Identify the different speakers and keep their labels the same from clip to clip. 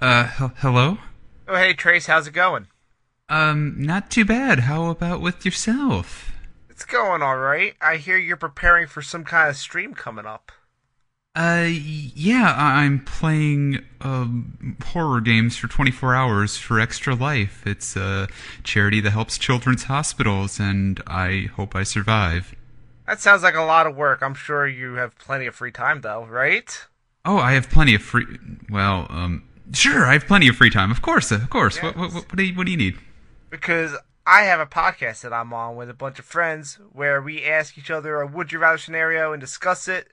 Speaker 1: Uh, hel- hello?
Speaker 2: Oh, hey, Trace, how's it going?
Speaker 1: Um, not too bad. How about with yourself?
Speaker 2: It's going all right. I hear you're preparing for some kind of stream coming up.
Speaker 1: Uh, yeah, I- I'm playing um, horror games for 24 hours for Extra Life. It's a charity that helps children's hospitals, and I hope I survive.
Speaker 2: That sounds like a lot of work. I'm sure you have plenty of free time, though, right?
Speaker 1: Oh, I have plenty of free. Well, um, sure, I have plenty of free time. Of course, of course. What, what, what, what, do you, what do you need?
Speaker 2: Because I have a podcast that I'm on with a bunch of friends where we ask each other a would you rather scenario and discuss it,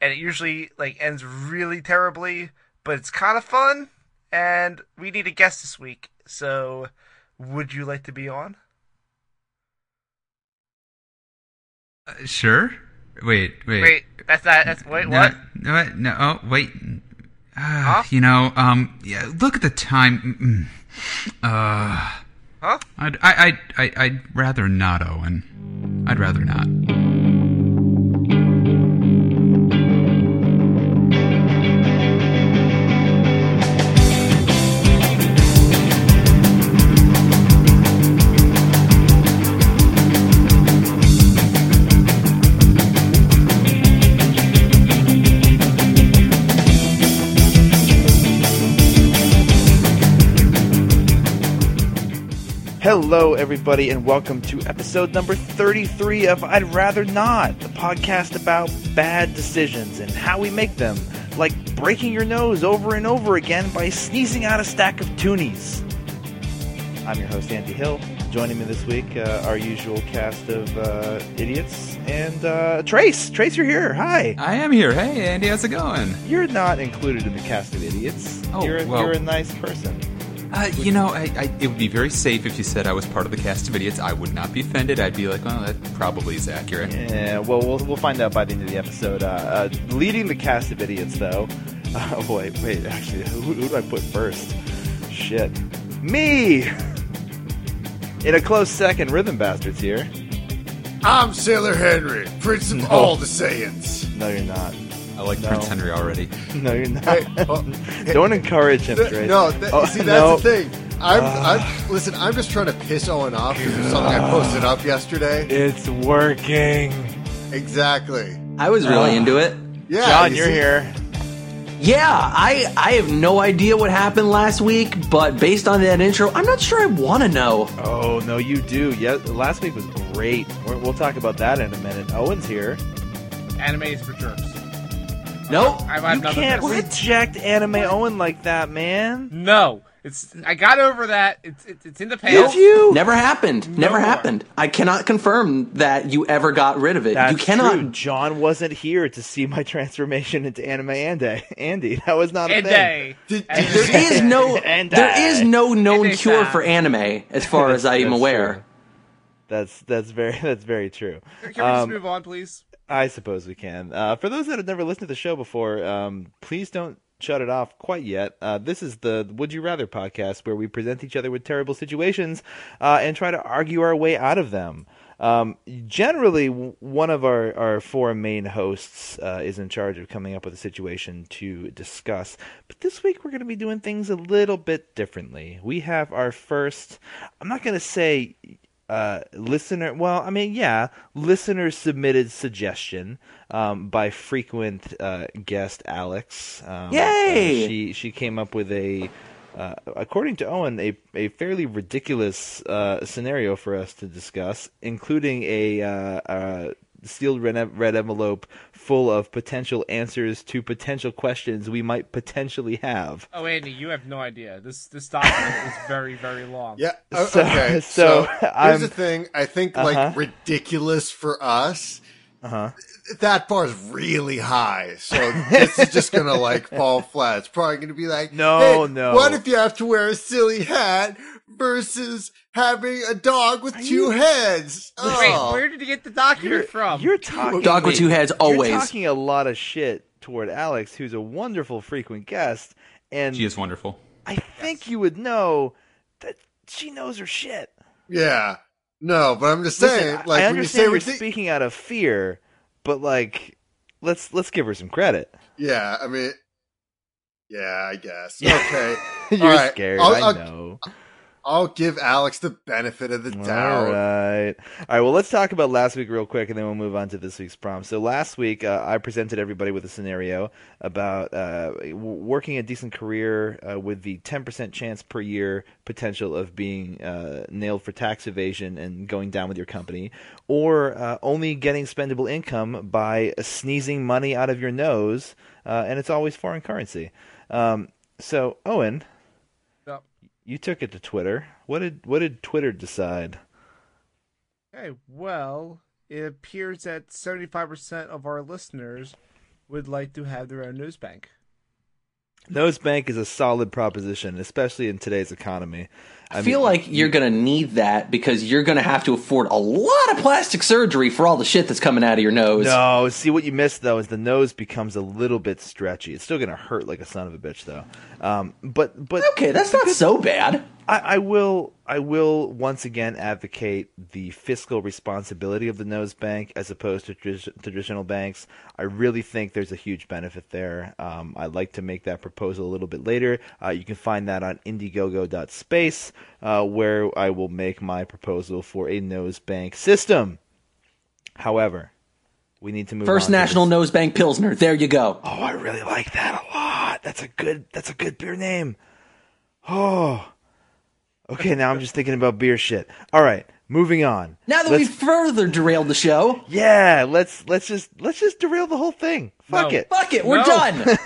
Speaker 2: and it usually like ends really terribly, but it's kind of fun. And we need a guest this week, so would you like to be on?
Speaker 1: Uh, sure. Wait, wait.
Speaker 2: Wait, that's not. That's wait.
Speaker 1: No,
Speaker 2: What?
Speaker 1: no, no, oh, wait. Ah,
Speaker 2: Huh?
Speaker 1: You know, um, yeah, look at the time. Mm-mm. Uh,
Speaker 2: Huh?
Speaker 1: I'd, I, I, I, I'd rather not, Owen. I'd rather not.
Speaker 3: Hello, everybody, and welcome to episode number 33 of I'd Rather Not, the podcast about bad decisions and how we make them, like breaking your nose over and over again by sneezing out a stack of toonies. I'm your host, Andy Hill. Joining me this week, uh, our usual cast of uh, idiots, and uh, Trace. Trace, you're here. Hi.
Speaker 1: I am here. Hey, Andy, how's it going?
Speaker 3: You're not included in the cast of idiots.
Speaker 1: Oh,
Speaker 3: you're,
Speaker 1: well.
Speaker 3: you're a nice person.
Speaker 4: Uh, you know, I, I, it would be very safe if you said I was part of the cast of idiots. I would not be offended. I'd be like, well, that probably is accurate.
Speaker 3: Yeah, well, we'll we'll find out by the end of the episode. Uh, uh, leading the cast of idiots, though. Oh boy, wait, actually, who, who do I put first? Shit, me. In a close second, Rhythm Bastards here.
Speaker 5: I'm Sailor Henry, Prince of
Speaker 3: No.
Speaker 5: all the Saiyans.
Speaker 3: No, you're not.
Speaker 4: I like
Speaker 3: No.
Speaker 4: Prince Henry already.
Speaker 3: No, you're not.
Speaker 5: Hey, oh,
Speaker 3: Don't encourage him,
Speaker 5: th-
Speaker 3: Trace.
Speaker 5: no, th-
Speaker 3: Oh,
Speaker 5: see that's
Speaker 3: no. Ah.
Speaker 5: the thing. I'm, I'm listen. I'm just trying to piss Owen off because of something I posted up yesterday.
Speaker 3: It's working.
Speaker 5: Exactly.
Speaker 6: I was really into it.
Speaker 5: Yeah,
Speaker 3: John,
Speaker 5: you
Speaker 3: you're
Speaker 5: see-
Speaker 3: here.
Speaker 6: Yeah, I I have no idea what happened last week, but based on that intro, I'm not sure I want to know.
Speaker 3: Oh no, you do. Yeah, last week was great. We're, we'll talk about that in a minute. Owen's here.
Speaker 7: Anime is for jerks.
Speaker 6: Nope.
Speaker 7: I have
Speaker 3: you
Speaker 7: another
Speaker 3: can't
Speaker 7: best.
Speaker 3: reject anime Owen like that, man.
Speaker 2: Mm.
Speaker 7: No, it's I got over that. It's it's, it's in the past.
Speaker 6: Nope. Never happened. Never
Speaker 7: more.
Speaker 6: happened. I cannot confirm that you ever got rid of it.
Speaker 3: That's
Speaker 6: you cannot.
Speaker 3: true. John wasn't here to see my transformation into anime Andy. Andy, that was not a
Speaker 7: And
Speaker 3: thing.
Speaker 7: they-
Speaker 5: Did-
Speaker 7: and
Speaker 5: did
Speaker 7: they-
Speaker 5: you-
Speaker 6: There is no.
Speaker 3: And I-
Speaker 6: there is no known
Speaker 7: And I
Speaker 6: cure
Speaker 7: saw.
Speaker 6: for anime, as far as I am
Speaker 3: That's
Speaker 6: aware.
Speaker 3: true. That's that's very that's very true.
Speaker 7: Can we just
Speaker 3: Um,
Speaker 7: move on, please?
Speaker 3: I suppose we can. Uh, for those that have never listened to the show before, um, please don't shut it off quite yet. Uh, this is the Would You Rather podcast where we present each other with terrible situations uh, and try to argue our way out of them. Um, generally, w- one of our, our four main hosts uh, is in charge of coming up with a situation to discuss. But this week, we're going to be doing things a little bit differently. We have our first, I'm not going to say uh, listener. Well, I mean, yeah, listener submitted suggestion um, by frequent uh, guest Alex. Um,
Speaker 6: Yay!
Speaker 3: uh, she she came up with a. Uh, according to Owen, a, a fairly ridiculous uh, scenario for us to discuss, including a, uh, uh sealed red, red envelope full of potential answers to potential questions we might potentially have.
Speaker 7: Oh, Andy, you have no idea. This this document is very very long.
Speaker 5: Yeah. o-
Speaker 3: So-
Speaker 5: okay.
Speaker 3: so
Speaker 5: So,
Speaker 3: I'm-
Speaker 5: here's the thing. I think
Speaker 3: Uh-huh.
Speaker 5: like ridiculous for us. Uh huh. That bar is really high, so this is just gonna like fall flat. It's probably gonna be like,
Speaker 3: No,
Speaker 5: "Hey,
Speaker 3: no.
Speaker 5: What if you have to wear a silly hat versus having a dog with two heads?
Speaker 7: Wait,
Speaker 5: Oh.
Speaker 7: where did you get the document from?
Speaker 3: You're talking
Speaker 6: Dog with two heads always.
Speaker 3: You're talking a lot of shit toward Alex, who's a wonderful frequent guest, and
Speaker 4: She is wonderful.
Speaker 3: I think you would know that she knows her shit.
Speaker 5: Yeah. No, but I'm just saying,
Speaker 3: Listen, I-
Speaker 5: like
Speaker 3: I
Speaker 5: when you say
Speaker 3: understand are
Speaker 5: ridic-
Speaker 3: speaking out of fear, but like, let's let's give her some credit.
Speaker 5: yeah, I mean, Yeah, I guess. Okay.
Speaker 3: You're
Speaker 5: All right.
Speaker 3: scared.
Speaker 5: I'll-
Speaker 3: i
Speaker 5: I'll-
Speaker 3: know.
Speaker 5: I'll give Alex the benefit of the
Speaker 3: All
Speaker 5: doubt.
Speaker 3: right. All right. Well, let's talk about last week real quick, and then we'll move on to this week's prom. So last week, uh, I presented everybody with a scenario about uh, w- working a decent career uh, with the 10% chance per year potential of being uh, nailed for tax evasion and going down with your company, or uh, only getting spendable income by sneezing money out of your nose, uh, and it's always foreign currency. Um, so Owen,
Speaker 2: Yep.
Speaker 3: you took it to Twitter. What did what did Twitter decide?
Speaker 2: Okay, well, it appears that 75% of our listeners would like to have their own news bank.
Speaker 3: Nose bank is a solid proposition, especially in today's economy.
Speaker 6: I feel like you're going to need that because you're going to have to afford a lot of plastic surgery for all the shit that's coming out of your nose.
Speaker 3: No, see what you missed though is the nose becomes a little bit stretchy. It's still gonna hurt like a son of a bitch though. Um, but but
Speaker 6: Okay, that's not so bad.
Speaker 3: I, I will I will once again advocate the fiscal responsibility of the nose bank as opposed to tradi- traditional banks. I really think there's a huge benefit there. Um, I'd like to make that proposal a little bit later. Uh, you can find that on Indiegogo.space, uh, where I will make my proposal for a nose bank system. However, we need to move
Speaker 6: First
Speaker 3: on to
Speaker 6: National
Speaker 3: this-
Speaker 6: Nose Bank Pilsner. There you go.
Speaker 3: Oh, I really like that a lot. That's a good that's a good beer name. Oh. Okay, now I'm just thinking about beer shit. All right, moving on.
Speaker 6: Now that
Speaker 3: Let's-
Speaker 6: we've further derailed the show,
Speaker 3: Yeah, let's let's just let's just derail the whole thing. Fuck
Speaker 2: No.
Speaker 3: it.
Speaker 6: fuck it, we're
Speaker 2: No.
Speaker 6: done.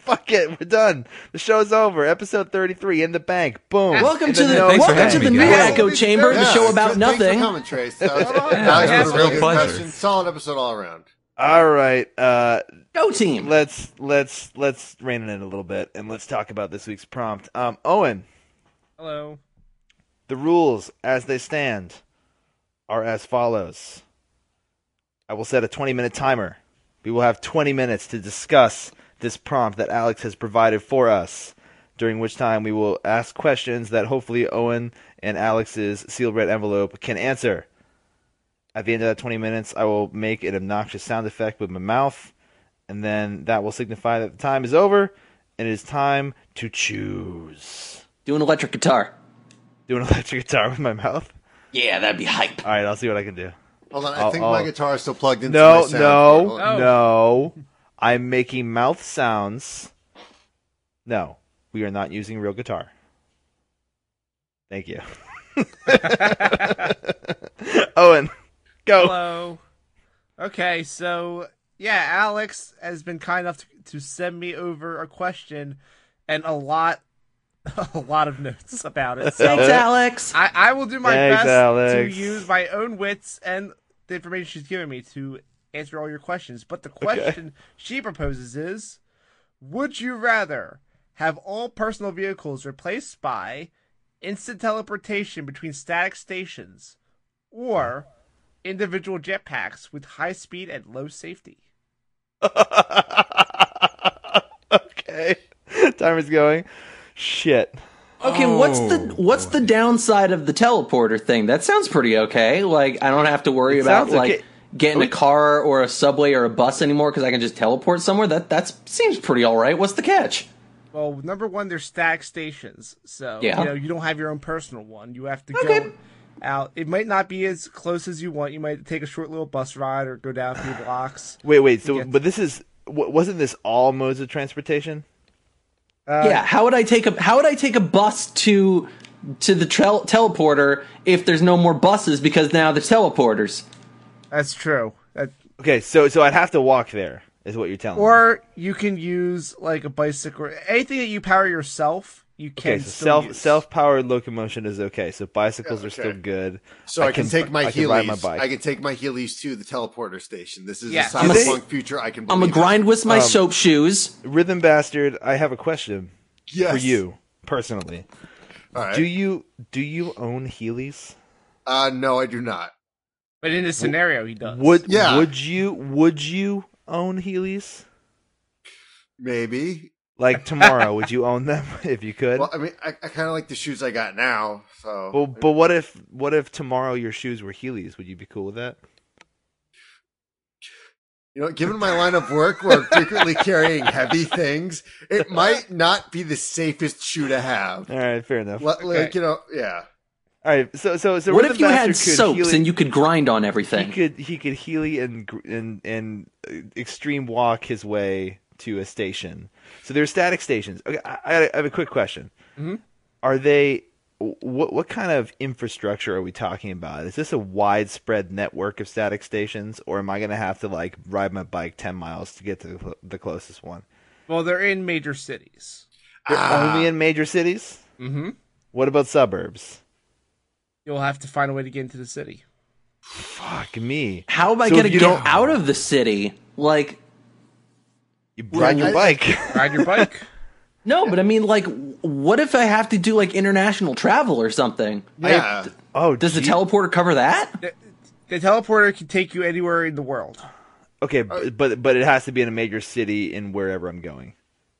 Speaker 3: Fuck it. We're done. The show's over. Episode 33 in the bank. Boom.
Speaker 6: welcome
Speaker 3: In
Speaker 6: to the,
Speaker 3: no-
Speaker 8: Thanks for
Speaker 6: welcome
Speaker 8: having
Speaker 6: to the
Speaker 8: me,
Speaker 6: new
Speaker 8: guys.
Speaker 6: echo chamber, the
Speaker 5: Yeah,
Speaker 6: show about
Speaker 5: thanks
Speaker 6: nothing.
Speaker 5: For coming, Trace. That was,
Speaker 8: Yeah,
Speaker 5: that was a
Speaker 8: it's a real
Speaker 5: real good
Speaker 8: pleasure.
Speaker 5: question. Solid episode all around.
Speaker 3: All right. Uh
Speaker 6: Go team.
Speaker 3: let's let's let's rein it in a little bit and let's talk about this week's prompt. Um Owen,
Speaker 2: Hello.
Speaker 3: The rules as they stand are as follows. I will set a 20 minute timer. We will have 20 minutes to discuss this prompt that Alex has provided for us, during which time we will ask questions that hopefully Owen and Alex's sealed red envelope can answer. At the end of that 20 minutes, I will make an obnoxious sound effect with my mouth, and then that will signify that the time is over and it is time to choose.
Speaker 6: Do an electric guitar.
Speaker 3: Do an electric guitar with my mouth.
Speaker 6: Yeah, that'd be hype.
Speaker 3: All right, I'll see what I can do.
Speaker 5: Hold on, I
Speaker 3: I'll-
Speaker 5: think my
Speaker 3: I'll-
Speaker 5: guitar is still plugged into my
Speaker 3: No,
Speaker 5: sound card.
Speaker 3: no,
Speaker 5: Hold on.
Speaker 2: Oh.
Speaker 3: no. I'm making mouth sounds. No, we are not using real guitar. Thank you. Owen,
Speaker 2: Oh.
Speaker 3: go.
Speaker 2: Hello. Okay, so yeah, Alex has been kind enough to, to send me over a question and a lot, a lot of notes about it. So
Speaker 6: Thanks, Alex.
Speaker 2: I, I will do my
Speaker 3: Thanks,
Speaker 2: best
Speaker 3: Alex.
Speaker 2: to use my own wits and the information she's given me to answer all your questions. But the question she proposes is Would you rather have all personal vehicles replaced by instant teleportation between static stations or individual jetpacks with high speed and low safety?
Speaker 3: okay. Timer's going. Shit.
Speaker 6: Okay, what's the
Speaker 8: Oh,
Speaker 6: what's the downside of the teleporter thing? That sounds pretty okay. Like I don't have to worry
Speaker 3: It
Speaker 6: about
Speaker 3: sounds okay.
Speaker 6: like getting a car or a subway or a bus anymore because I can just teleport somewhere. That that seems pretty all right. What's the catch?
Speaker 2: Well, number one, they're static stations, so
Speaker 6: Yeah.
Speaker 2: you know you don't have your own personal one. You have to
Speaker 6: Okay.
Speaker 2: go out. It might not be as close as you want. You might take a short little bus ride or go down a few blocks.
Speaker 3: Wait, wait. So,
Speaker 2: Yeah.
Speaker 3: but this is wa- wasn't this all modes of transportation?
Speaker 6: yeah, how would I take a how would I take a bus to to the tel- teleporter if there's no more buses because now the teleporters?
Speaker 2: That's true. That,
Speaker 3: Okay, so so I'd have to walk there. Is what you're telling me.
Speaker 2: or you can use like a bicycle, or anything that you power yourself. You can
Speaker 3: Okay, so
Speaker 2: still
Speaker 3: self
Speaker 2: use.
Speaker 3: self powered locomotion is okay. So bicycles
Speaker 5: Yeah,
Speaker 3: are still
Speaker 5: okay.
Speaker 3: good.
Speaker 5: So I, can, take my
Speaker 3: I can
Speaker 5: Heelys.
Speaker 3: ride my bike.
Speaker 5: I can take my Heelys to the teleporter station. This is
Speaker 2: Yes.
Speaker 5: a
Speaker 6: Do
Speaker 5: cyberpunk
Speaker 6: they-
Speaker 5: future. I can.
Speaker 6: I'm a
Speaker 5: believe in.
Speaker 6: grind with my soap shoes.
Speaker 3: Rhythm bastard, I have a question
Speaker 5: yes.
Speaker 3: for you personally.
Speaker 5: All right.
Speaker 3: Do you do you own Heelys?
Speaker 5: uh, no, I do not.
Speaker 2: But in this scenario, he does.
Speaker 3: Would
Speaker 5: Uh, Yeah.
Speaker 3: would you would you own Heelys?
Speaker 5: Maybe.
Speaker 3: Like tomorrow, would you own them if you could?
Speaker 5: Well, I mean, I, I kind of like the shoes I got now. So
Speaker 3: but but what if what if tomorrow your shoes were Heelys? Would you be cool with that?
Speaker 5: You know, given my line of work where I'm frequently carrying heavy things, it might not be the safest shoe to have.
Speaker 3: All right, fair enough.
Speaker 5: Like, like, you know, yeah.
Speaker 3: All right, so so so
Speaker 6: what
Speaker 3: Rhythm
Speaker 6: if you
Speaker 3: Master
Speaker 6: had
Speaker 3: could
Speaker 6: soaps
Speaker 3: Healy-
Speaker 6: and you could grind on
Speaker 3: he
Speaker 6: everything?
Speaker 3: could he could Healy and gr- and and uh, extreme walk his way to a station. So there's static stations. Okay, I, I I have a quick question. Are they wh- what what kind of infrastructure are we talking about? Is this a widespread network of static stations, or am I going to have to like ride my bike ten miles to get to the cl- the closest one?
Speaker 2: Well, they're in major cities.
Speaker 3: They're only in major cities.
Speaker 2: Mm-hmm.
Speaker 3: What about suburbs?
Speaker 2: You'll have to find a way to get into the city.
Speaker 3: Fuck me!
Speaker 6: How am I
Speaker 3: So if
Speaker 6: going to
Speaker 3: you
Speaker 6: get
Speaker 3: don't-
Speaker 6: out of the city? Like,
Speaker 3: You ride your
Speaker 5: I-
Speaker 3: bike.
Speaker 2: Ride your bike.
Speaker 6: no, but I mean, like, w- what if I have to do like international travel or something?
Speaker 5: Yeah.
Speaker 3: Oh,
Speaker 6: Does the
Speaker 3: gee.
Speaker 6: teleporter cover that?
Speaker 2: the teleporter can take you anywhere in the world.
Speaker 3: Okay, b but but it has to be in a major city in wherever I'm going.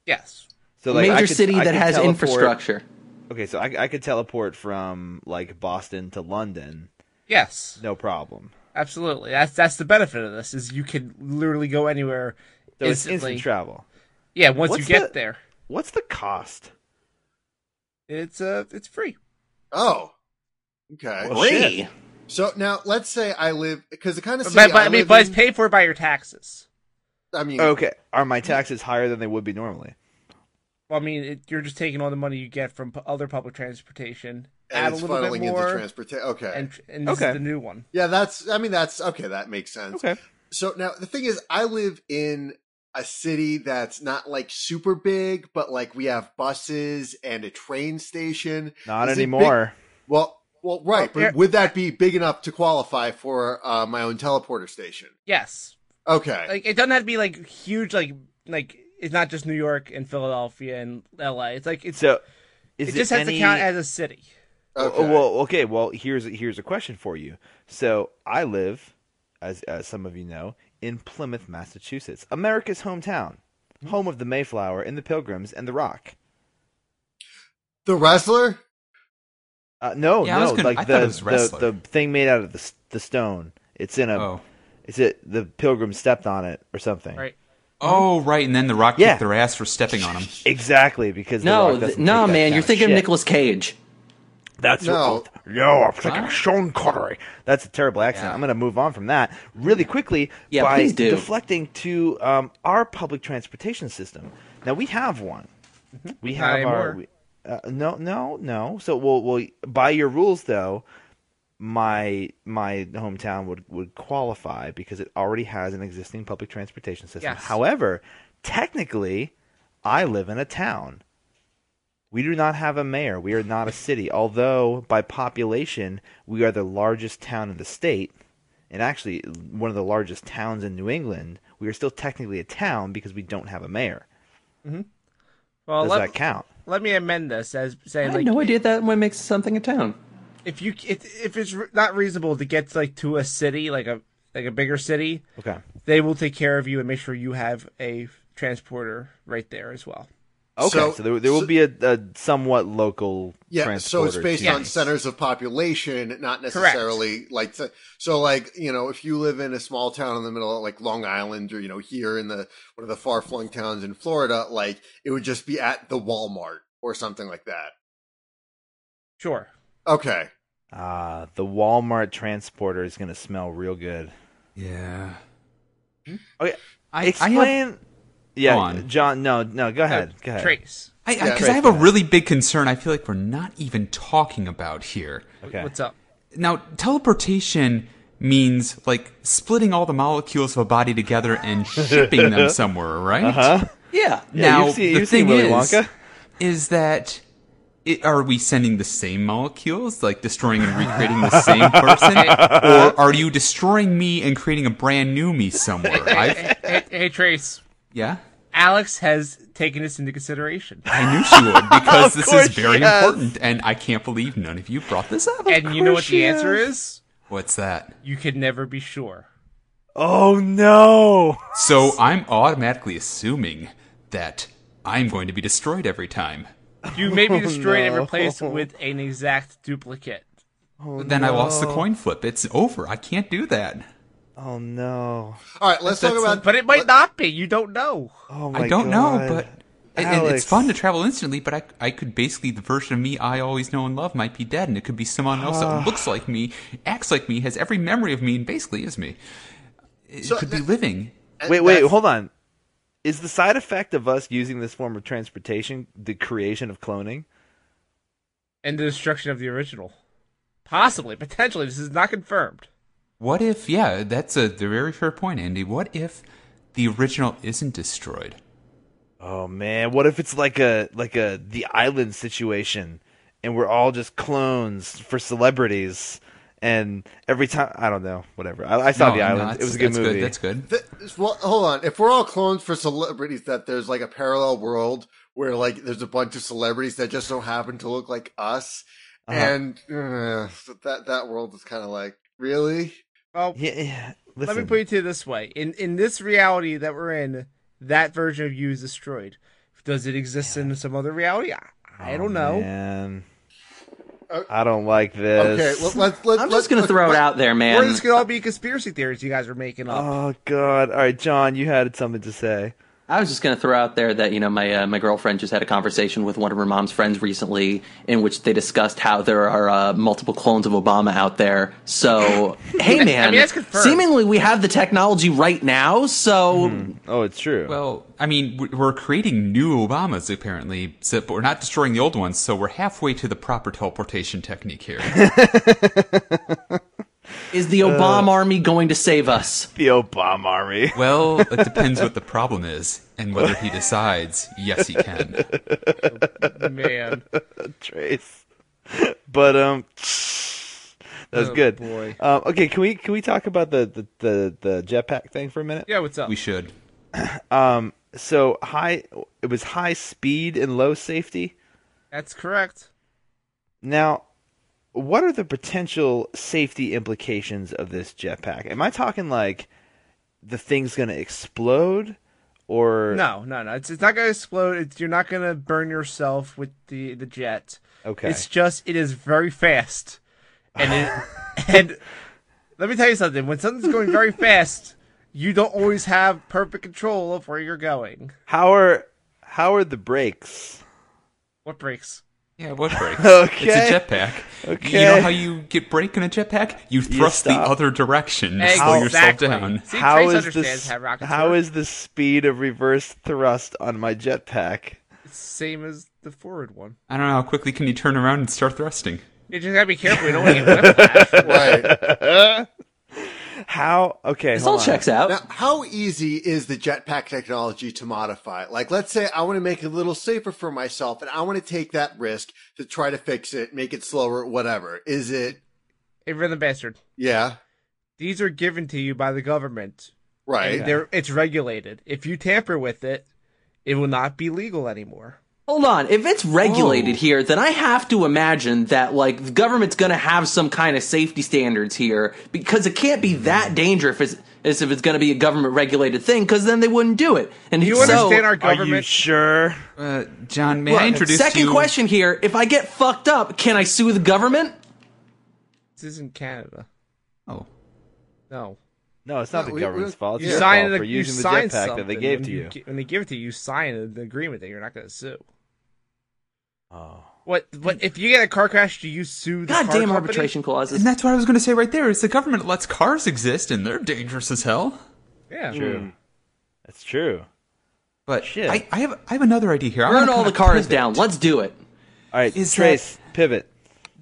Speaker 2: Yes.
Speaker 3: So I
Speaker 6: Major
Speaker 3: could-
Speaker 6: city
Speaker 3: I
Speaker 6: that
Speaker 3: could
Speaker 6: has
Speaker 3: teleport-
Speaker 6: infrastructure.
Speaker 3: Okay, so I, I could teleport from like Boston to London,
Speaker 2: Yes.
Speaker 3: no problem.
Speaker 2: Absolutely. That's that's the benefit of this is you can literally go anywhere
Speaker 3: So it's
Speaker 2: instantly.
Speaker 3: instant travel.
Speaker 2: yeah, once you
Speaker 3: What's
Speaker 2: get
Speaker 3: the-
Speaker 2: there,
Speaker 3: What's the cost?
Speaker 2: it's uh it's free.
Speaker 5: Oh. Okay.
Speaker 3: Well, shit.
Speaker 6: Free?
Speaker 5: So now let's say I live because the kind of
Speaker 2: But,
Speaker 5: city
Speaker 2: but I mean,
Speaker 5: live
Speaker 2: but it's
Speaker 5: in-
Speaker 2: paid for by your taxes.
Speaker 5: I
Speaker 2: Mm.
Speaker 5: mean,
Speaker 3: Okay, are my taxes higher than they would be normally?
Speaker 2: Well, I mean, it, you're just taking all the money you get from pu- other public transportation, add
Speaker 5: and
Speaker 2: a
Speaker 5: it's
Speaker 2: little
Speaker 5: funneling
Speaker 2: bit
Speaker 5: into
Speaker 2: more,
Speaker 5: transportation. Okay.
Speaker 2: and and this
Speaker 3: Okay.
Speaker 2: is the new one.
Speaker 5: yeah, that's. I mean, that's okay. That makes sense.
Speaker 3: Okay,
Speaker 5: So now the thing is, I live in a city that's not like super big, but like we have buses and a train station.
Speaker 3: not
Speaker 5: Is it big-
Speaker 3: anymore.
Speaker 5: Well, well, right.
Speaker 2: Well,
Speaker 5: But would that be big enough to qualify for uh, my own teleporter station?
Speaker 2: Yes,
Speaker 5: Okay.
Speaker 2: like it doesn't have to be like huge. Like like it's not just New York and Philadelphia and L.A. It's like it's
Speaker 3: So is
Speaker 2: it just has
Speaker 3: any-
Speaker 2: to count as a city.
Speaker 5: okay.
Speaker 3: Oh, Well, okay. Well, here's here's a question for you. So I live, as, as some of you know, in Plymouth, Massachusetts, America's hometown, home of the Mayflower and the Pilgrims and the Rock.
Speaker 5: the wrestler.
Speaker 3: Uh, no,
Speaker 1: Yeah, I
Speaker 3: no,
Speaker 1: was gonna- I
Speaker 3: like
Speaker 1: thought it
Speaker 3: the,
Speaker 1: was
Speaker 3: the
Speaker 1: wrestler.
Speaker 3: the thing made out of the s- the stone. It's in a.
Speaker 1: Oh.
Speaker 3: It's it. The pilgrim stepped on it or something.
Speaker 2: Right.
Speaker 1: Oh, right, and then the Rock
Speaker 3: Yeah.
Speaker 1: kicked their ass for stepping on him.
Speaker 3: Exactly because The Rock
Speaker 6: No, th-
Speaker 3: doesn't
Speaker 6: no,
Speaker 3: take that
Speaker 6: man,
Speaker 3: kind
Speaker 6: you're
Speaker 3: of
Speaker 6: thinking
Speaker 3: shit.
Speaker 6: of Nicolas Cage.
Speaker 3: That's oh,
Speaker 5: No.
Speaker 3: what, no, I'm thinking of Sean Connery. That's a terrible accent.
Speaker 1: Yeah.
Speaker 3: I'm going to move on from that really quickly
Speaker 6: Yeah,
Speaker 3: by
Speaker 6: please do.
Speaker 3: deflecting to um, our public transportation system. Now we have one.
Speaker 6: Mm-hmm.
Speaker 3: We have our
Speaker 2: anymore.
Speaker 3: we- uh, no, no, no. So well, well, by your rules though, my my hometown would would qualify because it already has an existing public transportation system.
Speaker 2: Yes.
Speaker 3: However, technically, I live in a town. We do not have a mayor. We are not a city. Although by population, we are the largest town in the state, and actually one of the largest towns in New England. We are still technically a town because we don't have a mayor.
Speaker 2: Well,
Speaker 3: Does
Speaker 2: let,
Speaker 3: that count?
Speaker 2: let me amend this as
Speaker 6: I
Speaker 2: saying
Speaker 6: had
Speaker 2: like
Speaker 6: no idea that what makes something a town.
Speaker 2: if you if, if it's re- not reasonable to get like to a city like a like a bigger city,
Speaker 3: Okay.
Speaker 2: they will take care of you and make sure you have a transporter right there as well.
Speaker 3: Okay. So,
Speaker 5: So-
Speaker 3: there, there will
Speaker 5: so-
Speaker 3: be a, a somewhat local.
Speaker 5: Yeah, so it's
Speaker 3: transporter
Speaker 5: based
Speaker 3: to-
Speaker 5: on centers of population, not necessarily like th- so. Like you know, if you live in a small town in the middle of like Long Island, or you know, here in the one of the far flung towns in Florida, like it would just be at the Walmart or something like that.
Speaker 2: Sure.
Speaker 5: Okay,
Speaker 3: Ah, the Walmart transporter is going to smell real good.
Speaker 1: Yeah.
Speaker 3: Okay,
Speaker 1: I,
Speaker 3: explain.
Speaker 1: I have,
Speaker 3: yeah,
Speaker 1: Go on. Uh,
Speaker 3: John. No, no. Go ahead. go ahead.
Speaker 2: Trace,
Speaker 1: I, I, 'cause
Speaker 5: Yeah.
Speaker 1: I have a really big concern I feel like we're not even talking about here.
Speaker 3: Okay.
Speaker 2: what's up?
Speaker 1: Now, teleportation means like splitting all the molecules of a body together and shipping them somewhere, right? Uh-huh.
Speaker 6: Yeah.
Speaker 1: Now,
Speaker 3: you've seen-
Speaker 1: the
Speaker 3: you've seen
Speaker 1: thing
Speaker 3: Willy
Speaker 1: is,
Speaker 3: Wonka.
Speaker 1: is that it, are we sending the same molecules, like destroying and recreating the same person, or are you destroying me and creating a brand new me somewhere? I,
Speaker 2: hey, hey, Trace.
Speaker 1: yeah.
Speaker 2: Alex has taken this into consideration,
Speaker 1: I knew she would because this
Speaker 3: course
Speaker 1: is very
Speaker 3: she has.
Speaker 1: important, and I can't believe none of you brought this up.
Speaker 2: and you know what the answer is?
Speaker 1: What's that?
Speaker 2: You can never be sure.
Speaker 3: Oh no!
Speaker 1: So I'm automatically assuming that I'm going to be destroyed every time.
Speaker 2: You may be destroyed and
Speaker 3: no.
Speaker 2: replaced with an exact duplicate.
Speaker 3: Oh,
Speaker 1: then I lost the coin flip. It's over. I can't do that.
Speaker 3: Oh no.
Speaker 5: All right, let's talk
Speaker 1: That's
Speaker 5: about.
Speaker 2: But it might not be. You don't know.
Speaker 3: Oh my
Speaker 1: I don't
Speaker 3: God.
Speaker 1: know, but and- and
Speaker 3: Alex.
Speaker 1: it's fun to travel instantly. But I, I could basically the version of me I always know and love might be dead, and it could be someone else
Speaker 3: Ah.
Speaker 1: that looks like me, acts like me, has every memory of me, and basically is me. It
Speaker 5: So
Speaker 1: could be
Speaker 5: that-
Speaker 1: living.
Speaker 3: Wait, wait,
Speaker 5: That's-
Speaker 3: hold on. Is the side effect of us using this form of transportation the creation of cloning?
Speaker 2: And the destruction of the original. Possibly, potentially. This is not confirmed.
Speaker 1: What if? Yeah, that's a very fair point, Andy. What if the original isn't destroyed?
Speaker 3: Oh man, what if it's like a like a the island situation and we're all just clones for celebrities and every time I don't know, whatever. I, I saw
Speaker 1: No,
Speaker 3: the
Speaker 1: no,
Speaker 3: island.
Speaker 1: that's-
Speaker 3: it was a good
Speaker 1: that's
Speaker 3: movie.
Speaker 1: That's good.
Speaker 5: Th- well, hold on. If we're all clones for celebrities, that there's like a parallel world where like there's a bunch of celebrities that just don't happen to look like us,
Speaker 3: Uh-huh.
Speaker 5: and uh, so that that world is kind of like really.
Speaker 2: Well,
Speaker 3: Yeah, yeah.
Speaker 2: let me
Speaker 3: Listen.
Speaker 2: put it to you this way: in in this reality that we're in, that version of you is destroyed. Does it exist in some other reality? I, I don't know.
Speaker 3: Oh, Man.
Speaker 5: Uh,
Speaker 3: I don't like
Speaker 5: Okay,
Speaker 3: this.
Speaker 5: well, let's let's.
Speaker 6: I'm
Speaker 5: let's-
Speaker 6: just going to
Speaker 5: okay,
Speaker 6: throw it
Speaker 5: let-
Speaker 6: out there, man.
Speaker 2: Or this could all be conspiracy theories you guys are making up.
Speaker 3: Oh god. All right, John, you had something to say.
Speaker 6: I was just going to throw out there that you know my uh, my girlfriend just had a conversation with one of her mom's friends recently, in which they discussed how there are uh, multiple clones of Obama out there. So hey man,
Speaker 2: mean, that's confirmed.
Speaker 6: seemingly we have the technology right now. So
Speaker 2: Hmm.
Speaker 3: Oh, it's true.
Speaker 1: Well, I mean, we- we're creating new Obamas apparently, so- but we're not destroying the old ones, so we're halfway to the proper teleportation technique here.
Speaker 6: is the Obama
Speaker 2: Uh,
Speaker 6: army going to save us?
Speaker 3: the Obama army.
Speaker 1: well, it depends what the problem is and whether he decides yes he can.
Speaker 3: Oh,
Speaker 2: Man,
Speaker 3: Trace. But um that was
Speaker 2: Oh,
Speaker 3: good.
Speaker 2: boy.
Speaker 3: Um, okay, can we can we talk about the the, the, the jetpack thing for a minute?
Speaker 2: yeah, what's up?
Speaker 1: We should.
Speaker 3: So high it was high speed and low safety.
Speaker 2: That's correct.
Speaker 3: Now, what are the potential safety implications of this jetpack? Am I talking like the thing's going to explode or
Speaker 2: No, no, no. It's, it's not going to explode. It's, you're not going to burn yourself with the the jet.
Speaker 3: Okay.
Speaker 2: It's just it is very fast, and it, and let me tell you something. When something's going very fast, you don't always have perfect control of where you're going.
Speaker 3: How are how are the brakes?
Speaker 2: What breaks?
Speaker 1: Yeah, what break?
Speaker 3: Okay.
Speaker 1: It's a jetpack.
Speaker 3: Okay.
Speaker 1: You know how you get brake in a jetpack? You thrust the
Speaker 3: stop.
Speaker 1: other direction to slow yourself
Speaker 2: Exactly.
Speaker 1: down.
Speaker 2: See,
Speaker 3: how
Speaker 2: Trace
Speaker 3: is
Speaker 2: understands
Speaker 3: this,
Speaker 2: how rockets
Speaker 3: how
Speaker 2: work.
Speaker 3: is the speed of reverse thrust on my jetpack?
Speaker 2: same as the forward one.
Speaker 1: I don't know how quickly can you turn around and start thrusting.
Speaker 2: You just gotta be careful. You don't want to get whiplash.
Speaker 5: Right
Speaker 3: How okay,
Speaker 6: This
Speaker 3: hold
Speaker 6: all
Speaker 3: on.
Speaker 6: checks out.
Speaker 5: now, how easy is the jetpack technology to modify? Like, let's say I want to make it a little safer for myself, and I want to take that risk to try to fix it, make it slower, whatever. Is it?
Speaker 2: Hey, rhythm bastard.
Speaker 5: Yeah.
Speaker 2: These are given to you by the government.
Speaker 5: Right.
Speaker 2: They're, it's regulated. If you tamper with it, it will not be legal anymore.
Speaker 6: Hold on. If it's regulated
Speaker 1: Whoa.
Speaker 6: here, then I have to imagine that like the government's going to have some kind of safety standards here because it can't be that dangerous if it's, as if it's going to be a government regulated thing because then they wouldn't do it. And
Speaker 2: You
Speaker 6: so,
Speaker 2: understand our
Speaker 3: Are you
Speaker 2: government?
Speaker 3: sure?
Speaker 1: Uh, John, may I
Speaker 6: Look,
Speaker 1: introduce
Speaker 6: second
Speaker 1: you?
Speaker 6: question here: If I get fucked up, can I sue the government?
Speaker 2: This isn't Canada.
Speaker 1: Oh.
Speaker 2: No.
Speaker 3: No, it's not the
Speaker 5: we-
Speaker 3: government's
Speaker 5: we-
Speaker 3: fault. It's
Speaker 5: you
Speaker 3: your
Speaker 2: sign
Speaker 3: fault
Speaker 2: an-
Speaker 3: for
Speaker 2: you
Speaker 3: using the
Speaker 2: sign
Speaker 3: jetpack that they
Speaker 2: something.
Speaker 3: gave
Speaker 2: when
Speaker 3: to you.
Speaker 2: gi- When they give it to you, you sign an agreement that you're not going to sue.
Speaker 3: Oh.
Speaker 2: What? What? If you get in a car crash, do you sue the car
Speaker 6: Goddamn
Speaker 2: company?
Speaker 6: arbitration clauses.
Speaker 1: And that's what I was going to say right there is the government lets cars exist and they're dangerous as hell.
Speaker 2: Yeah.
Speaker 3: That's true.
Speaker 1: But
Speaker 3: Shit.
Speaker 1: I, I have I have another idea here. I
Speaker 6: Burn
Speaker 1: wanna
Speaker 6: all
Speaker 1: kinda
Speaker 6: the cars
Speaker 1: pivot.
Speaker 6: down. Let's do it.
Speaker 3: All right,
Speaker 1: Is
Speaker 3: Trace, pivot.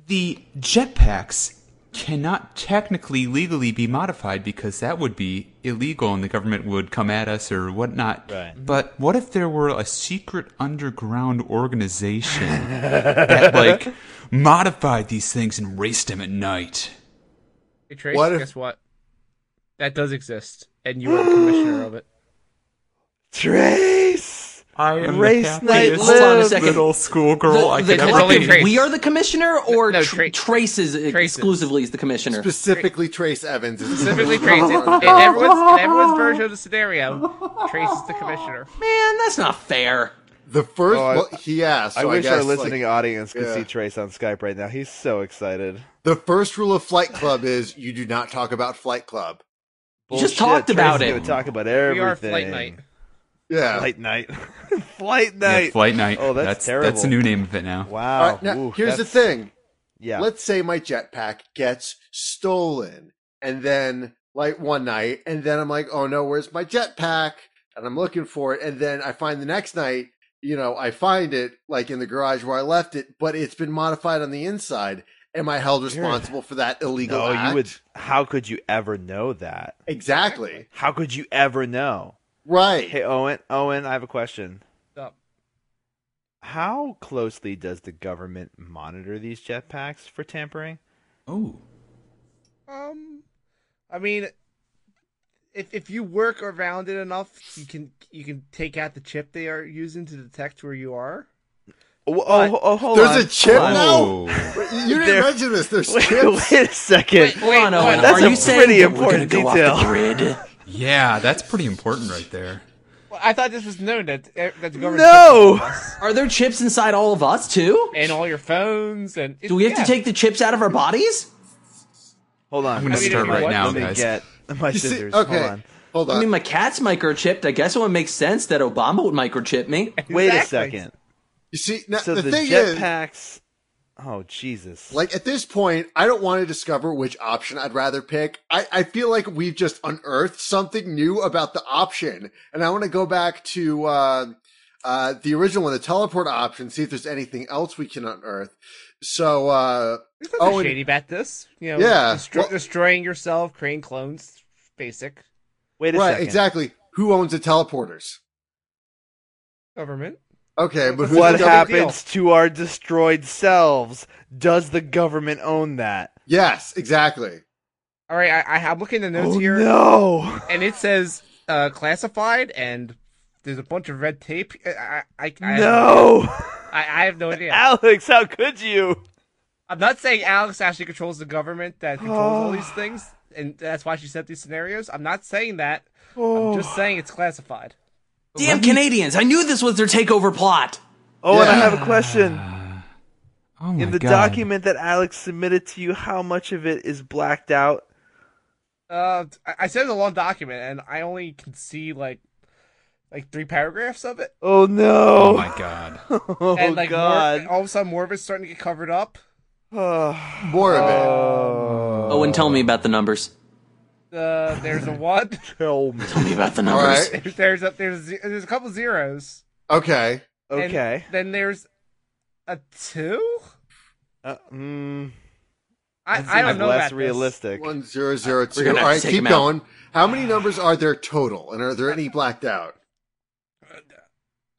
Speaker 1: The jetpacks cannot technically legally be modified because that would be illegal and the government would come at us or whatnot.
Speaker 3: Right.
Speaker 1: But what if there were a secret underground organization that like modified these things and raced them at night?
Speaker 2: Hey, Trace,
Speaker 5: What if-
Speaker 2: guess what? That does exist, and you are the commissioner of it.
Speaker 3: Trace.
Speaker 1: I am
Speaker 3: Race
Speaker 1: the
Speaker 3: night
Speaker 1: happiest
Speaker 6: lives. Hold on a second.
Speaker 1: little schoolgirl I
Speaker 6: the,
Speaker 1: could
Speaker 6: the
Speaker 2: That's
Speaker 1: ever
Speaker 2: only
Speaker 1: be.
Speaker 6: collective,
Speaker 2: Trace.
Speaker 6: we are the commissioner, or
Speaker 2: No, Tra-
Speaker 6: Tra- Traces
Speaker 2: Traces.
Speaker 6: exclusively is the commissioner.
Speaker 5: Specifically, Trace Evans. Is
Speaker 2: Specifically, Trace. In, in everyone's, in everyone's version of the scenario, Trace is the commissioner.
Speaker 6: Man, that's not fair.
Speaker 5: The first,
Speaker 3: Oh, I-
Speaker 5: well, he asked. So
Speaker 3: I
Speaker 5: I,
Speaker 3: wish
Speaker 5: guess,
Speaker 3: our listening
Speaker 5: like,
Speaker 3: audience could
Speaker 5: yeah.
Speaker 3: see Trace on Skype right now. He's so excited.
Speaker 5: the first rule of Flight Club is you do not talk about Flight Club.
Speaker 6: You just talked about
Speaker 3: Tracy's Gonna
Speaker 6: it.
Speaker 3: talk about
Speaker 2: We
Speaker 3: everything.
Speaker 2: are flight night.
Speaker 5: Yeah.
Speaker 3: Flight night. flight
Speaker 1: Yeah,
Speaker 3: night.
Speaker 1: Flight Night.
Speaker 3: Oh, that's terrible.
Speaker 1: That's a new name of it now.
Speaker 3: Wow.
Speaker 5: All right, now,
Speaker 3: oh, Ooh,
Speaker 5: here's the
Speaker 3: that's-
Speaker 5: thing.
Speaker 3: Yeah.
Speaker 5: Let's say my jetpack gets stolen, and then like one night, and then I'm like, oh no, where's my jetpack? And I'm looking for it, and then I find the next night, you know, I find it like in the garage where I left it, but it's been modified on the inside. Am I held responsible for that illegal
Speaker 3: no,
Speaker 5: act?
Speaker 3: you would. How could you ever know that?
Speaker 5: exactly
Speaker 3: How could you ever know?
Speaker 5: right.
Speaker 3: Hey, Owen. Owen, I have a question.
Speaker 2: Up.
Speaker 3: How closely does the government monitor these jetpacks for tampering?
Speaker 1: Oh,
Speaker 2: Um, I mean, if if you work around it enough, you can you can take out the chip they are using to detect where you are.
Speaker 3: Oh, oh, oh hold
Speaker 5: There's
Speaker 3: on.
Speaker 5: a chip
Speaker 3: Hold on.
Speaker 5: now.
Speaker 1: oh,
Speaker 5: You didn't
Speaker 3: There-
Speaker 5: mention this. There's
Speaker 3: Wait,
Speaker 5: chips.
Speaker 3: wait a second.
Speaker 6: Hold on, Owen,
Speaker 3: that's
Speaker 6: are
Speaker 3: a
Speaker 6: you saying
Speaker 3: pretty
Speaker 6: that we're gonna
Speaker 3: important
Speaker 6: go
Speaker 3: detail.
Speaker 6: off the grid?
Speaker 1: yeah, that's pretty important right there.
Speaker 2: Well, I thought this was known that that the government
Speaker 3: No!
Speaker 6: Are there chips inside all of us too?
Speaker 2: and all your phones and
Speaker 6: Do we have to take the chips out of our bodies?
Speaker 3: Hold on. I'm
Speaker 1: gonna
Speaker 2: start right
Speaker 1: now,
Speaker 3: Let me
Speaker 1: guys.
Speaker 3: get my
Speaker 5: You see-
Speaker 3: scissors.
Speaker 5: okay,
Speaker 3: Hold on.
Speaker 5: Hold
Speaker 6: I mean,
Speaker 5: on.
Speaker 6: my cat's microchipped. I guess it would make sense that Obama would microchip me.
Speaker 3: Wait a
Speaker 2: Exactly.
Speaker 3: second.
Speaker 5: You see, now,
Speaker 3: So
Speaker 5: the,
Speaker 3: the,
Speaker 5: thing is,
Speaker 3: jetpacks. Oh Jesus!
Speaker 5: Like at this point, I don't want to discover which option I'd rather pick. I, I feel like we've just unearthed something new about the option, and I want to go back to uh, uh, the original one, the teleport option, see if there's anything else we can unearth. So, uh,
Speaker 2: There's nothing
Speaker 3: Oh,
Speaker 5: Owen-
Speaker 2: shady about this. You know,
Speaker 5: Yeah,
Speaker 2: destro-
Speaker 5: well-
Speaker 2: destroying yourself, creating clones, basic
Speaker 3: Wait a
Speaker 5: right,
Speaker 3: second.
Speaker 5: exactly. Who owns the teleporters?
Speaker 2: government.
Speaker 5: Okay, but who's
Speaker 3: What
Speaker 5: the-
Speaker 3: happens to our destroyed selves? Does the government own that?
Speaker 5: Yes, exactly.
Speaker 2: All right, I, I, I'm looking at the notes
Speaker 3: Oh
Speaker 2: here,
Speaker 3: no!
Speaker 2: and it says uh, classified, and there's a bunch of red tape. I I, I, I,
Speaker 3: No,
Speaker 2: I, I have no idea.
Speaker 3: Alex, how could you?
Speaker 2: I'm not saying Alex actually controls the government that controls all
Speaker 3: Oh.
Speaker 2: these things, and that's why she set these scenarios. I'm not saying that.
Speaker 3: Oh.
Speaker 2: I'm just saying it's classified.
Speaker 6: Damn Canadians! I knew this was their takeover plot.
Speaker 3: Oh, and I
Speaker 5: Yeah.
Speaker 3: have a question.
Speaker 1: Oh my
Speaker 3: In the
Speaker 1: God.
Speaker 3: document that Alex submitted to you, how much of it is blacked out?
Speaker 2: Uh, I, I said it's a long document, and I only can see like like three paragraphs of it,
Speaker 3: Oh no!
Speaker 1: Oh my God.
Speaker 3: Oh,
Speaker 2: and like
Speaker 3: God!
Speaker 2: More, all of a sudden more of it's starting to get covered up.
Speaker 3: Oh.
Speaker 5: More of it.
Speaker 6: Oh, and tell me about the numbers.
Speaker 2: Uh, there's a one.
Speaker 3: Tell me.
Speaker 6: Tell me about the
Speaker 5: All
Speaker 6: numbers.
Speaker 5: right.
Speaker 2: there's there's a, there's a, ze- there's a couple zeros.
Speaker 5: Okay.
Speaker 2: and
Speaker 3: Okay.
Speaker 2: then there's a two.
Speaker 3: Uh, mm, that
Speaker 2: I, I don't
Speaker 3: seems
Speaker 2: know
Speaker 3: less
Speaker 2: about this.
Speaker 3: realistic.
Speaker 5: One zero zero
Speaker 6: We're
Speaker 5: two.
Speaker 6: gonna have
Speaker 5: All
Speaker 6: to
Speaker 5: right,
Speaker 6: take
Speaker 5: keep
Speaker 6: them out.
Speaker 5: going. How many numbers are there total, and are there any blacked out?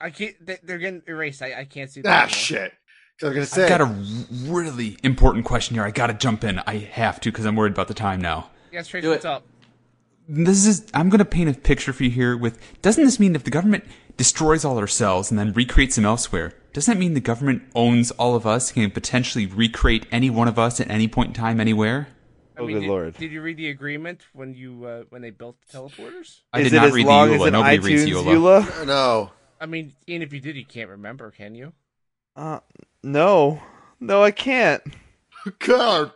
Speaker 2: I can't. They, they're getting erased. I, I can't see. them
Speaker 5: Ah,
Speaker 2: anymore.
Speaker 5: shit. 'Cause I was gonna say.
Speaker 1: I've got a r- really important question here. I gotta jump in. I have to because I'm worried about the time now.
Speaker 2: Yes, Trace,
Speaker 6: Do
Speaker 2: what's
Speaker 6: it.
Speaker 2: up?
Speaker 1: This is. I'm gonna paint a picture for you here. With doesn't this mean if the government destroys all our cells and then recreates them elsewhere? Doesn't that mean the government owns all of us, can potentially recreate any one of us at any point in time, anywhere?
Speaker 2: I
Speaker 3: Oh,
Speaker 2: mean,
Speaker 3: good
Speaker 2: did,
Speaker 3: lord.
Speaker 2: Did you read the agreement when you uh, when they built the teleporters?
Speaker 1: I
Speaker 3: is
Speaker 1: did
Speaker 3: it
Speaker 1: not
Speaker 3: as
Speaker 1: read
Speaker 3: long
Speaker 1: the E
Speaker 3: as
Speaker 1: EULA.
Speaker 3: an
Speaker 1: Nobody
Speaker 3: iTunes E
Speaker 1: reads EULA.
Speaker 3: EULA?
Speaker 5: no.
Speaker 2: I mean, and if you did, you can't remember, can you?
Speaker 3: Uh, no, no, I can't.
Speaker 5: God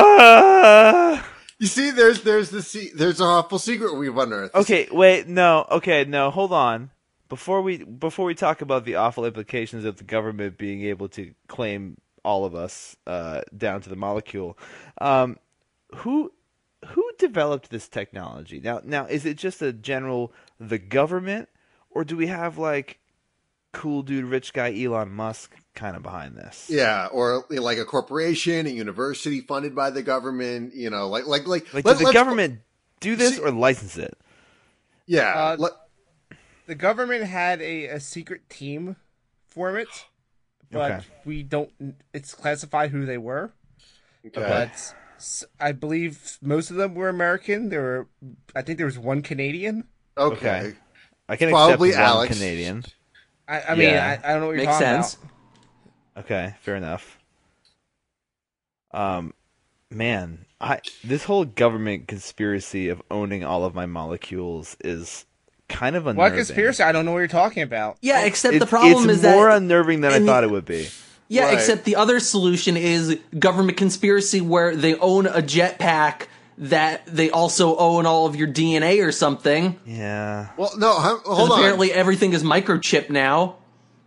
Speaker 3: Ah.
Speaker 5: You see, there's there's the se- there's a awful secret we've unearthed.
Speaker 3: okay, wait, no, okay, no, hold on. Before we before we talk about the awful implications of the government being able to claim all of us uh, down to the molecule, um, who who developed this technology? Now, now is it just a general the government, or do we have like cool dude, rich guy, Elon Musk kind of behind this?
Speaker 5: Yeah, or you know, like a corporation, a university funded by the government. You know, like like like
Speaker 3: Like,
Speaker 5: let-
Speaker 3: does the
Speaker 5: let's-
Speaker 3: government do this
Speaker 5: See-
Speaker 3: or license it?
Speaker 5: Yeah,
Speaker 2: Uh,
Speaker 5: let-
Speaker 2: The government had a, a secret team form it, but
Speaker 3: Okay.
Speaker 2: we don't. It's classified who they were.
Speaker 5: okay.
Speaker 2: But s- I believe most of them were American. There were, I think there was one Canadian.
Speaker 5: okay,
Speaker 3: okay. I can
Speaker 5: Probably
Speaker 3: accept one
Speaker 5: Alex.
Speaker 3: Canadian.
Speaker 2: I, I mean,
Speaker 3: Yeah.
Speaker 2: I, I don't know what you're
Speaker 6: Makes
Speaker 2: talking
Speaker 6: sense.
Speaker 2: about.
Speaker 3: Okay, fair enough. Um, man, I this whole government conspiracy of owning all of my molecules is kind of unnerving.
Speaker 2: What conspiracy? I don't know what you're talking about.
Speaker 6: Yeah, except
Speaker 3: It-
Speaker 6: the problem
Speaker 3: it's
Speaker 6: is that
Speaker 3: more unnerving than I
Speaker 6: and-
Speaker 3: thought it would be.
Speaker 6: Yeah,
Speaker 5: Right.
Speaker 6: except the other solution is government conspiracy where they own a jetpack that they also own all of your DNA or something.
Speaker 3: Yeah,
Speaker 5: Well, no, hum- hold on.
Speaker 6: Apparently, everything is microchip now.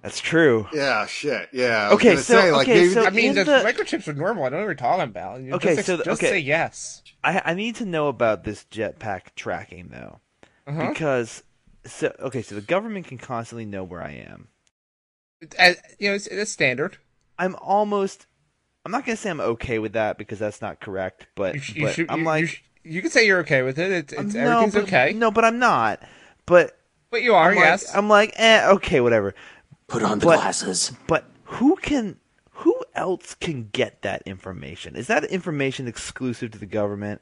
Speaker 3: that's true.
Speaker 5: yeah, shit. Yeah. I was
Speaker 3: Okay,
Speaker 5: gonna
Speaker 3: so-
Speaker 5: say, like,
Speaker 3: okay,
Speaker 5: maybe
Speaker 3: so-
Speaker 5: the-
Speaker 2: I mean,
Speaker 3: in
Speaker 2: the,
Speaker 3: the-
Speaker 2: microchips are normal. I don't know what you're talking about. You
Speaker 3: Okay,
Speaker 2: just, ex-
Speaker 3: so the-
Speaker 2: just
Speaker 3: okay.
Speaker 2: say yes.
Speaker 3: I I need to know about this jetpack tracking though,
Speaker 2: Uh-huh.
Speaker 3: because so okay, so the government can constantly know where I am.
Speaker 2: As, Uh, you know, it's, it's standard.
Speaker 3: I'm almost. I'm not gonna say I'm okay with that because that's not correct, but,
Speaker 2: You, sh- you
Speaker 3: but
Speaker 2: should-
Speaker 3: I'm
Speaker 2: you-
Speaker 3: like
Speaker 2: you, sh- you can say you're okay with it. It's, it's
Speaker 3: Um, no,
Speaker 2: everything's
Speaker 3: but,
Speaker 2: okay.
Speaker 3: No, but I'm not. But
Speaker 2: but you are.
Speaker 3: I'm like,
Speaker 2: yes.
Speaker 3: I'm like, eh, okay, whatever.
Speaker 6: Put on the
Speaker 3: But-
Speaker 6: glasses.
Speaker 3: But who can? Who else can get that information? Is that information exclusive to the government,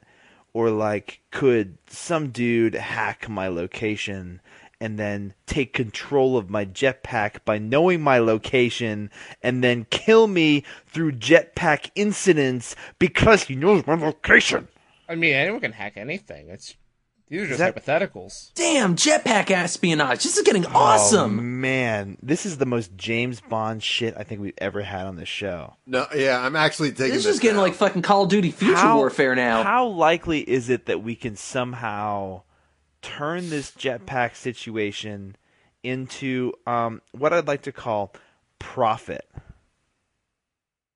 Speaker 3: or like could some dude hack my location and then take control of my jetpack by knowing my location and then kill me through jetpack incidents because he knows my location?
Speaker 2: I mean, anyone can hack anything. It's these are just
Speaker 3: that-
Speaker 2: hypotheticals.
Speaker 6: Damn, jetpack espionage. This is getting
Speaker 3: Oh,
Speaker 6: awesome.
Speaker 3: man, this is the most James Bond shit I think we've ever had on this show.
Speaker 5: no, yeah, I'm actually taking
Speaker 6: this
Speaker 5: this.
Speaker 6: is getting
Speaker 5: now.
Speaker 6: like fucking Call of Duty Future Warfare now.
Speaker 3: How likely is it that we can somehow turn this jetpack situation into um, what I'd like to call profit?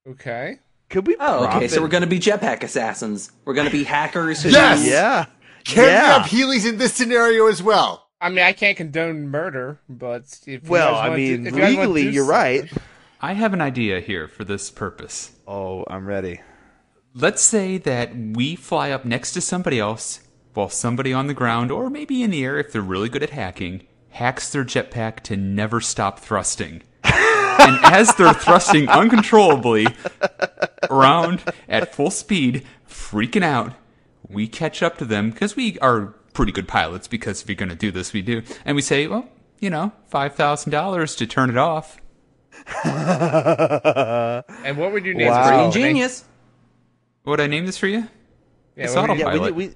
Speaker 2: Okay.
Speaker 3: Could we?
Speaker 6: oh, okay.
Speaker 3: profit?
Speaker 6: So we're gonna be jetpack assassins. We're gonna be hackers. who-
Speaker 5: Yes!
Speaker 3: yeah,
Speaker 5: Can we
Speaker 3: yeah.
Speaker 5: have Healy's in this scenario as well?
Speaker 2: I mean, I can't condone murder, but if you
Speaker 3: well,
Speaker 2: guys
Speaker 3: I
Speaker 2: wanna do-
Speaker 3: mean,
Speaker 2: if you guys wanna
Speaker 3: legally,
Speaker 2: do
Speaker 3: you're right.
Speaker 1: I have an idea here for this purpose.
Speaker 3: Oh, I'm ready.
Speaker 1: Let's say that we fly up next to somebody else while somebody on the ground, or maybe in the air if they're really good at hacking, hacks their jetpack to never stop thrusting. and as they're thrusting uncontrollably around at full speed, freaking out, we catch up to them because we are pretty good pilots because if you're going to do this, we do. And we say, well, you know, $5,000 to turn it off.
Speaker 2: And what would you name
Speaker 3: Wow.
Speaker 2: this
Speaker 6: Pretty
Speaker 3: Oh,
Speaker 2: company?
Speaker 6: ingenious.
Speaker 1: Would I name this for you?
Speaker 2: Yeah,
Speaker 1: it's
Speaker 2: what would you-
Speaker 3: Yeah, we,
Speaker 1: autopilot.
Speaker 3: we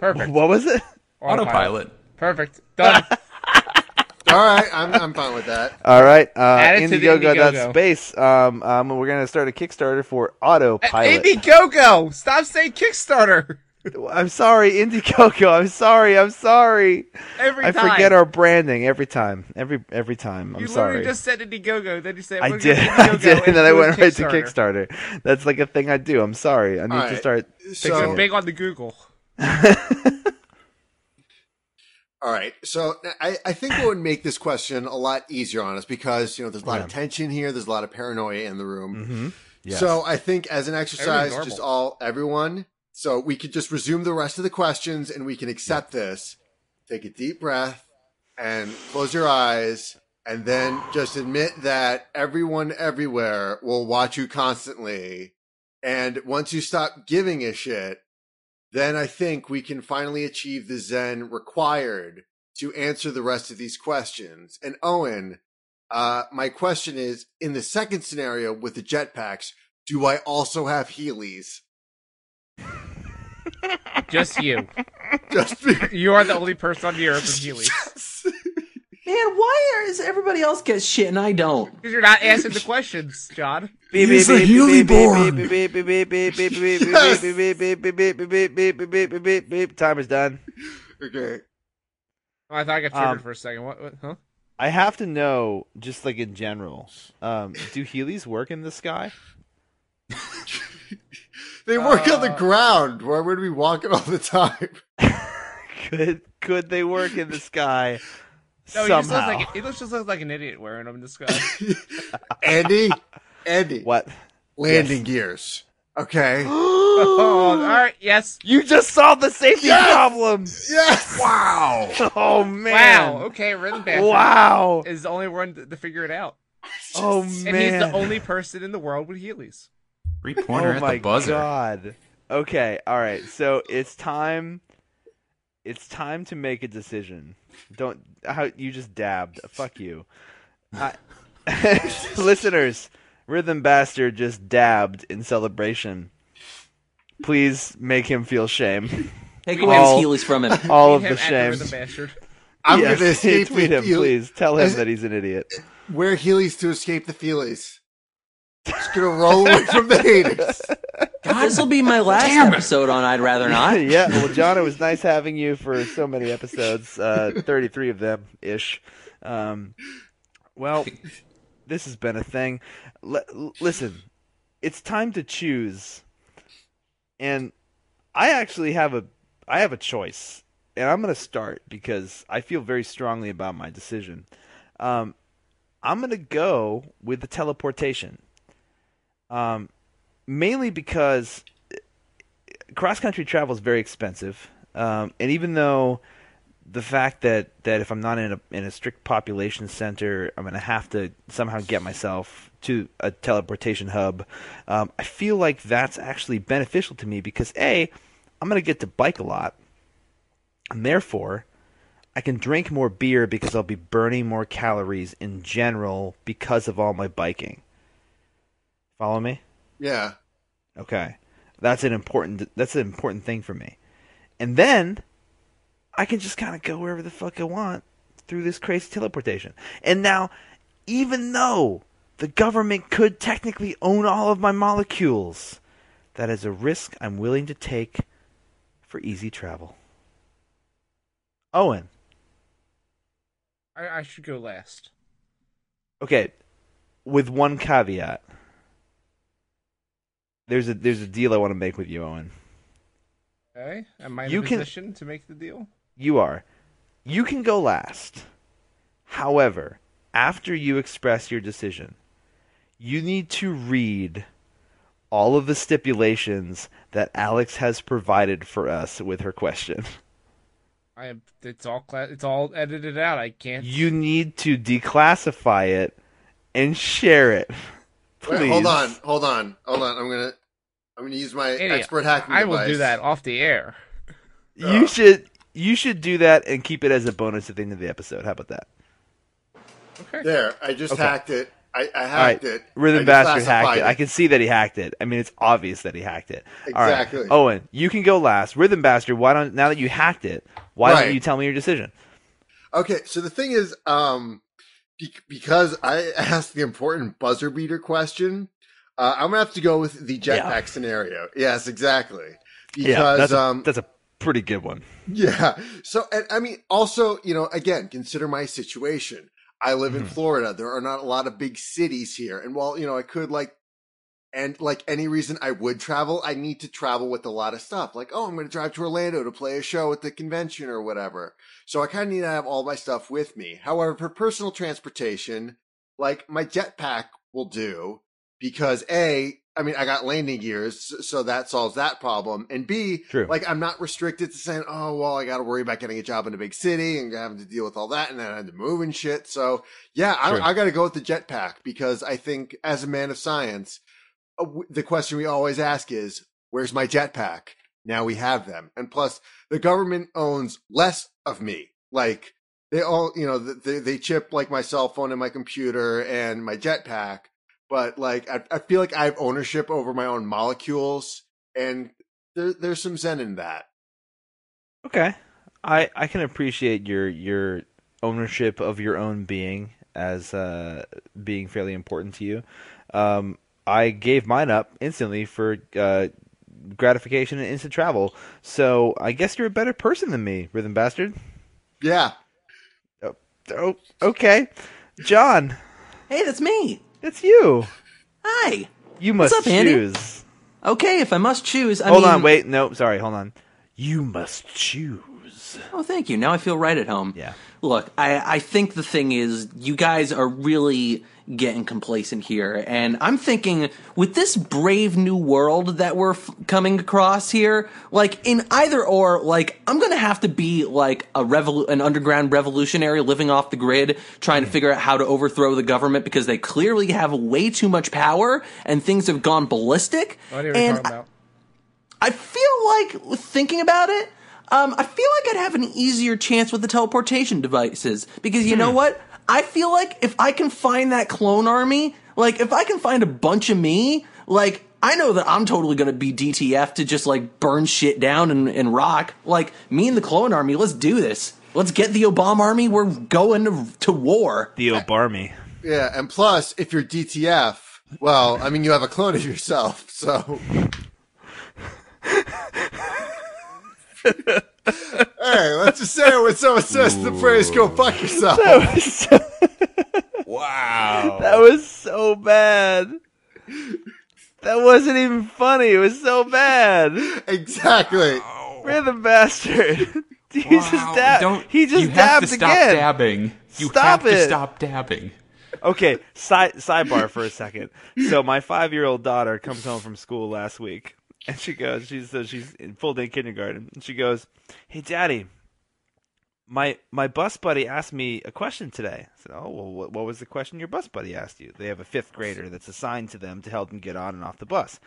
Speaker 2: Perfect.
Speaker 3: what was it?
Speaker 1: autopilot.
Speaker 2: Perfect. Done.
Speaker 5: All right, I'm, I'm fine with that.
Speaker 3: All right, uh,
Speaker 2: Add it to the Indiegogo.
Speaker 3: Indiegogo.space. Um, um, we're gonna start a Kickstarter for autopilot.
Speaker 2: Indiegogo. Stop saying Kickstarter.
Speaker 3: I'm sorry, Indiegogo. I'm sorry. I'm sorry.
Speaker 2: Every
Speaker 3: I
Speaker 2: time.
Speaker 3: forget our branding every time. Every every time. I'm
Speaker 2: You
Speaker 3: sorry.
Speaker 2: literally just said Indiegogo, then you said
Speaker 3: I
Speaker 2: we're gonna
Speaker 3: did.
Speaker 2: Indiegogo
Speaker 3: I did, and then I
Speaker 2: do a
Speaker 3: went right to Kickstarter. That's like a thing I do. I'm sorry. I need to
Speaker 5: Alright,
Speaker 3: start.
Speaker 2: Things
Speaker 5: So,
Speaker 2: are big on the Google.
Speaker 5: all right, so I, I think what would make this question a lot easier on us because you know there's a lot of tension here, there's a lot of paranoia in the room. So I think as an exercise,
Speaker 2: Everything's
Speaker 5: just
Speaker 2: normal.
Speaker 5: all everyone, so we could just resume the rest of the questions and we can accept this. Take a deep breath and close your eyes, and then just admit that everyone everywhere will watch you constantly. And once you stop giving a shit, then I think we can finally achieve the Zen required to answer the rest of these questions. And Owen, uh, my question is in the second scenario with the jetpacks, do I also have Heelys?
Speaker 2: Just you.
Speaker 5: Just because.
Speaker 2: You are the only person on the earth with Healy.
Speaker 6: Man, why are- is everybody else get shit and I don't?
Speaker 2: Because you're not answering the questions, John.
Speaker 3: He's a
Speaker 8: Healyborn.
Speaker 5: Yes.
Speaker 3: Time is done.
Speaker 5: okay.
Speaker 2: Oh, I thought I got triggered
Speaker 3: Um,
Speaker 2: for a second. What? what huh?
Speaker 3: I have to know, just like in general, um, do Heelys work in the sky?
Speaker 5: They work on the
Speaker 3: Uh.
Speaker 5: ground. Why would we walk it all the time?
Speaker 3: Could could they work in the sky?
Speaker 2: No, he just looks
Speaker 3: somehow.
Speaker 2: like he looks just looks like an idiot wearing them in this guy.
Speaker 5: Andy? Andy.
Speaker 3: What?
Speaker 5: Landing gears. Okay.
Speaker 2: oh, all right. Yes.
Speaker 3: You just solved the safety problem.
Speaker 5: yes!
Speaker 8: Wow.
Speaker 3: Oh man!
Speaker 2: Wow. Okay, Rhythm Bastard
Speaker 3: Wow!
Speaker 2: is the only one to, to figure it out,
Speaker 3: Oh
Speaker 2: and
Speaker 3: man!
Speaker 2: he's the only person in the world with Heelys.
Speaker 1: Three
Speaker 3: oh
Speaker 1: pointer at
Speaker 3: my
Speaker 1: the buzzer.
Speaker 3: god! Okay, all right. So it's time. It's time to make a decision. Don't how you just dabbed. Fuck you, I, listeners. Rhythm bastard just dabbed in celebration. Please make him feel shame.
Speaker 6: Take
Speaker 3: We
Speaker 6: away
Speaker 3: all-
Speaker 6: his Heelys from him.
Speaker 3: All of
Speaker 2: Him
Speaker 3: the
Speaker 2: at
Speaker 3: shame.
Speaker 2: Rhythm Bastard.
Speaker 5: I'm
Speaker 3: Yes,
Speaker 5: going to escape
Speaker 3: tweet
Speaker 5: the
Speaker 3: him,
Speaker 5: Heelys.
Speaker 3: please. Tell him
Speaker 5: Is-
Speaker 3: that he's an idiot.
Speaker 5: Wear Heelys to escape the Feelies. Just gonna roll away from the haters.
Speaker 6: This will be my last episode on I'd Rather Not.
Speaker 3: yeah, well, John, it was nice having you for so many episodes, uh, 33 of them ish. Um, well, this has been a thing. L- l- listen, it's time to choose, and I actually have a I have a choice, and I'm going to start because I feel very strongly about my decision. Um, I'm going to go with the teleportation. Um, mainly because cross country travel is very expensive, um, and even though the fact that, that if I'm not in a in a strict population center, I'm gonna have to somehow get myself to a teleportation hub. Um, I feel like that's actually beneficial to me because a, I'm gonna get to bike a lot, and therefore. I can drink more beer because I'll be burning more calories in general because of all my biking. Follow me?
Speaker 5: Yeah.
Speaker 3: Okay. That's an important that's an important thing for me. And then I can just kind of go wherever the fuck I want through this crazy teleportation. And now even though the government could technically own all of my molecules, that is a risk I'm willing to take for easy travel. Owen,
Speaker 2: I, I should go last.
Speaker 3: okay, with one caveat. There's a there's a deal I want to make with you, Owen.
Speaker 2: Okay, Eh? am I in
Speaker 3: You
Speaker 2: a
Speaker 3: can-
Speaker 2: position to make the deal?
Speaker 3: You are. You can go last. However, after you express your decision, you need to read all of the stipulations that Alex has provided for us with her question.
Speaker 2: I am. It's all cla- it's all edited out. I can't.
Speaker 3: You need to declassify it and share it.
Speaker 5: Wait,
Speaker 3: Please.
Speaker 5: hold on, hold on, hold on. I'm gonna I'm gonna use my
Speaker 2: Idiot.
Speaker 5: expert hacking.
Speaker 2: I will
Speaker 5: device.
Speaker 2: do that off the air.
Speaker 3: You should you should do that and keep it as a bonus at the end of the episode. How about that?
Speaker 2: Okay.
Speaker 5: There, I just
Speaker 3: Okay.
Speaker 5: hacked it. I, I
Speaker 3: All right,
Speaker 5: hacked it. I
Speaker 3: Rhythm
Speaker 5: just
Speaker 3: Bastard hacked
Speaker 5: classified
Speaker 3: it. I can see that he hacked it. I mean, it's obvious that he hacked it. All
Speaker 5: Exactly.
Speaker 3: right. Owen, you can go last. Rhythm Bastard, why don't now that you hacked it, why
Speaker 5: Right.
Speaker 3: don't you tell me your decision?
Speaker 5: Okay, so the thing is, um, be- because I asked the important buzzer beater question, uh, I'm gonna have to go with the jetpack
Speaker 3: Yeah.
Speaker 5: scenario. Yes, exactly. Because
Speaker 3: yeah, that's,
Speaker 5: um,
Speaker 3: a, that's a pretty good one.
Speaker 5: Yeah. So, and I mean, also, you know, again, consider my situation. I live in Florida. There are not a lot of big cities here. And while, you know, I could like, and like any reason I would travel, I need to travel with a lot of stuff. Like, oh, I'm going to drive to Orlando to play a show at the convention or whatever. So I kind of need to have all my stuff with me. However, for personal transportation, like my jetpack will do because A, I mean, I got landing gears, s- so that solves that problem. And B,
Speaker 3: True.
Speaker 5: like I'm not restricted to saying, oh, well, I got to worry about getting a job in a big city and having to deal with all that and then I had to move and shit. So yeah,
Speaker 3: True.
Speaker 5: I, I got to go with the jetpack because I think as a man of science, uh, w- the question we always ask is, where's my jetpack? Now we have them. And plus the government owns less of me. Like they all, you know, th- they, they chip like my cell phone and my computer and my jetpack but like I, I feel like I have ownership over my own molecules, and there, there's some zen in that.
Speaker 3: Okay. I I can appreciate your your ownership of your own being as uh being fairly important to you. Um I gave mine up instantly for uh gratification and instant travel. So I guess you're a better person than me, Rhythm Bastard.
Speaker 5: Yeah,
Speaker 3: Oh, okay. John,
Speaker 6: Hey, that's me.
Speaker 3: it's you.
Speaker 6: Hi.
Speaker 3: You must
Speaker 6: up, Andy?
Speaker 3: choose.
Speaker 6: Okay, if I must choose, I
Speaker 3: Hold
Speaker 6: mean,
Speaker 3: on, wait. No, sorry. Hold on. You must choose.
Speaker 6: Oh, thank you. Now I feel right at home.
Speaker 3: Yeah.
Speaker 6: Look, I, I think the thing is, you guys are really getting complacent here. And I'm thinking, with this brave new world that we're f- coming across here, like, in either or, like, I'm going to have to be, like, a revolu- an underground revolutionary living off the grid, trying to figure out how to overthrow the government because they clearly have way too much power and things have gone ballistic.
Speaker 2: I know what you're
Speaker 6: and
Speaker 2: talking about.
Speaker 6: I feel like thinking about it. Um, I feel like I'd have an easier chance with the teleportation devices because you know what? I feel like if I can find that clone army, like if I can find a bunch of me, like I know that I'm totally gonna be DTF to just like burn shit down and, and rock. Like me and the clone army, let's do this. Let's get the Obama army. We're going to, to war.
Speaker 3: Theo Barmy.
Speaker 5: yeah. And plus, if you're DTF, well, I mean, you have a clone of yourself, so Hey, let's just say it when someone says the phrase, go fuck yourself.
Speaker 3: That was so,
Speaker 1: Wow.
Speaker 3: that was so bad. That wasn't even funny. It was so bad.
Speaker 5: Exactly.
Speaker 3: Rhythm bastard. He
Speaker 1: Wow.
Speaker 3: just dabbed.
Speaker 1: Don't-
Speaker 3: he just
Speaker 1: you have
Speaker 3: dabbed
Speaker 1: to stop
Speaker 3: again.
Speaker 1: dabbing. You have
Speaker 3: Stop
Speaker 1: to
Speaker 3: it.
Speaker 1: stop dabbing.
Speaker 3: Okay, side, sidebar for a second. So my five-year-old daughter comes home from school last week, and she goes, she's so she's in full day kindergarten, and she goes, "Hey, daddy, my my bus buddy asked me a question today." I said, "Oh, well, what, what was the question your bus buddy asked you?" They have a fifth grader that's assigned to them to help them get on and off the bus,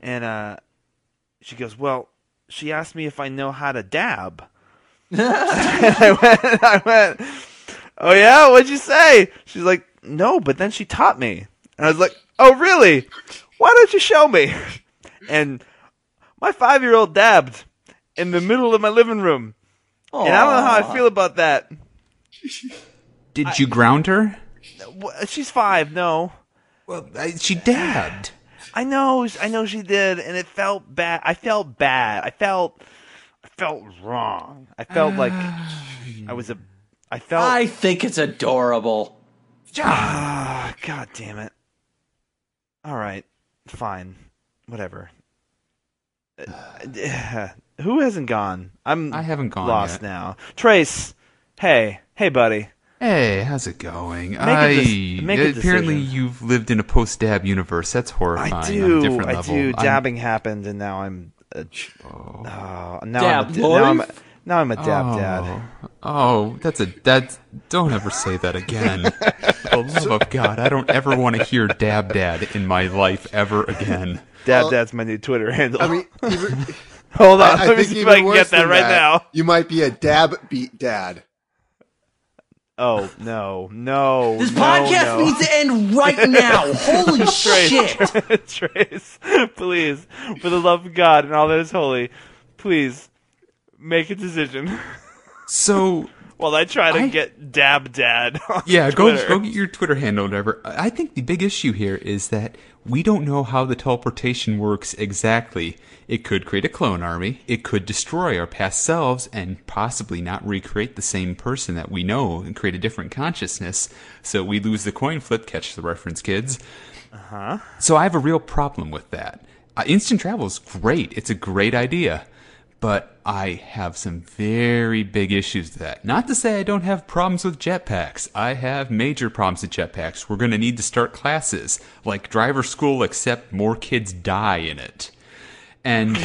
Speaker 3: and uh, she goes, "Well, she asked me if I know how to dab." I went, I went, oh yeah, what'd you say? She's like, no, but then she taught me. And I was like, oh really? Why don't you show me? And my five year old dabbed in the middle of my living room. And I don't know how I feel about that.
Speaker 1: Did you ground her?
Speaker 3: Wha- She's five, no.
Speaker 1: Well, I, she dabbed.
Speaker 3: I know, I know she did, and it felt bad. I felt bad. I felt, I felt wrong. I felt like I was a, I felt.
Speaker 6: I think it's adorable.
Speaker 3: Ah, god damn it. All right, fine, whatever. Uh, Who hasn't gone? I'm
Speaker 1: I haven't gone yet.
Speaker 3: lost now. Trace, hey, hey, buddy.
Speaker 1: Hey, how's it going?
Speaker 3: a dec-
Speaker 1: I-
Speaker 3: make a
Speaker 1: apparently
Speaker 3: decision.
Speaker 1: you've lived in a post dab universe. That's horrifying.
Speaker 3: I
Speaker 1: on a
Speaker 3: do,
Speaker 1: different
Speaker 3: I
Speaker 1: level.
Speaker 3: do.
Speaker 1: I'm-
Speaker 3: Dabbing happened, and now I'm. A, oh, now
Speaker 6: Dab
Speaker 3: I'm. A, now I'm. a-
Speaker 6: life?
Speaker 3: Now I'm a dab
Speaker 1: oh,
Speaker 3: dad.
Speaker 1: Oh, that's a that. Don't ever say that again. For the love of God, I don't ever want to hear dab dad in my life ever again.
Speaker 3: Dab
Speaker 5: Well,
Speaker 3: dad's my new Twitter handle.
Speaker 5: I mean, even,
Speaker 3: Hold on,
Speaker 5: I, I
Speaker 3: let me
Speaker 5: think
Speaker 3: see if
Speaker 5: even
Speaker 3: I can
Speaker 5: worse
Speaker 3: get that
Speaker 5: than
Speaker 3: right now.
Speaker 5: You might be a dab beat dad.
Speaker 3: Oh no, no.
Speaker 6: This
Speaker 3: no,
Speaker 6: podcast
Speaker 3: no.
Speaker 6: needs to end right now. Holy shit!
Speaker 3: Trace, please, for the love of God and all that is holy, please make a decision.
Speaker 1: So
Speaker 3: While I try to
Speaker 1: I-
Speaker 3: get dab dad. On
Speaker 1: yeah,
Speaker 3: Twitter.
Speaker 1: go go get your Twitter handle, or whatever. I I think the big issue here is that we don't know how the teleportation works exactly. It could create a clone army. It could destroy our past selves and possibly not recreate the same person that we know and create a different consciousness. So we lose the coin flip. Catch the reference, kids. So I have a real problem with that. Uh, instant travel is great. It's a great idea. But I have some very big issues with that. Not to say I don't have problems with jetpacks. I have major problems with jetpacks. We're going to need to start classes like driver school, except more kids die in it. And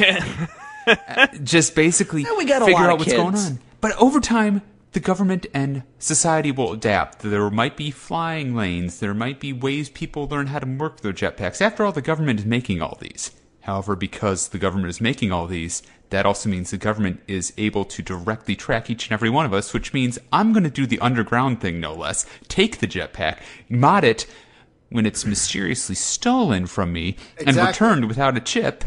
Speaker 1: uh, just basically
Speaker 6: we got a
Speaker 1: figure
Speaker 6: lot
Speaker 1: out
Speaker 6: of
Speaker 1: what's going
Speaker 6: kids.
Speaker 1: on. But over time, the government and society will adapt. There might be flying lanes. There might be ways people learn how to work their jetpacks. After all, the government is making all these. However, because the government is making all these, that also means the government is able to directly track each and every one of us, which means I'm going to do the underground thing, no less. Take the jetpack, mod it when it's mysteriously stolen from me,
Speaker 5: Exactly.
Speaker 1: and returned without a chip.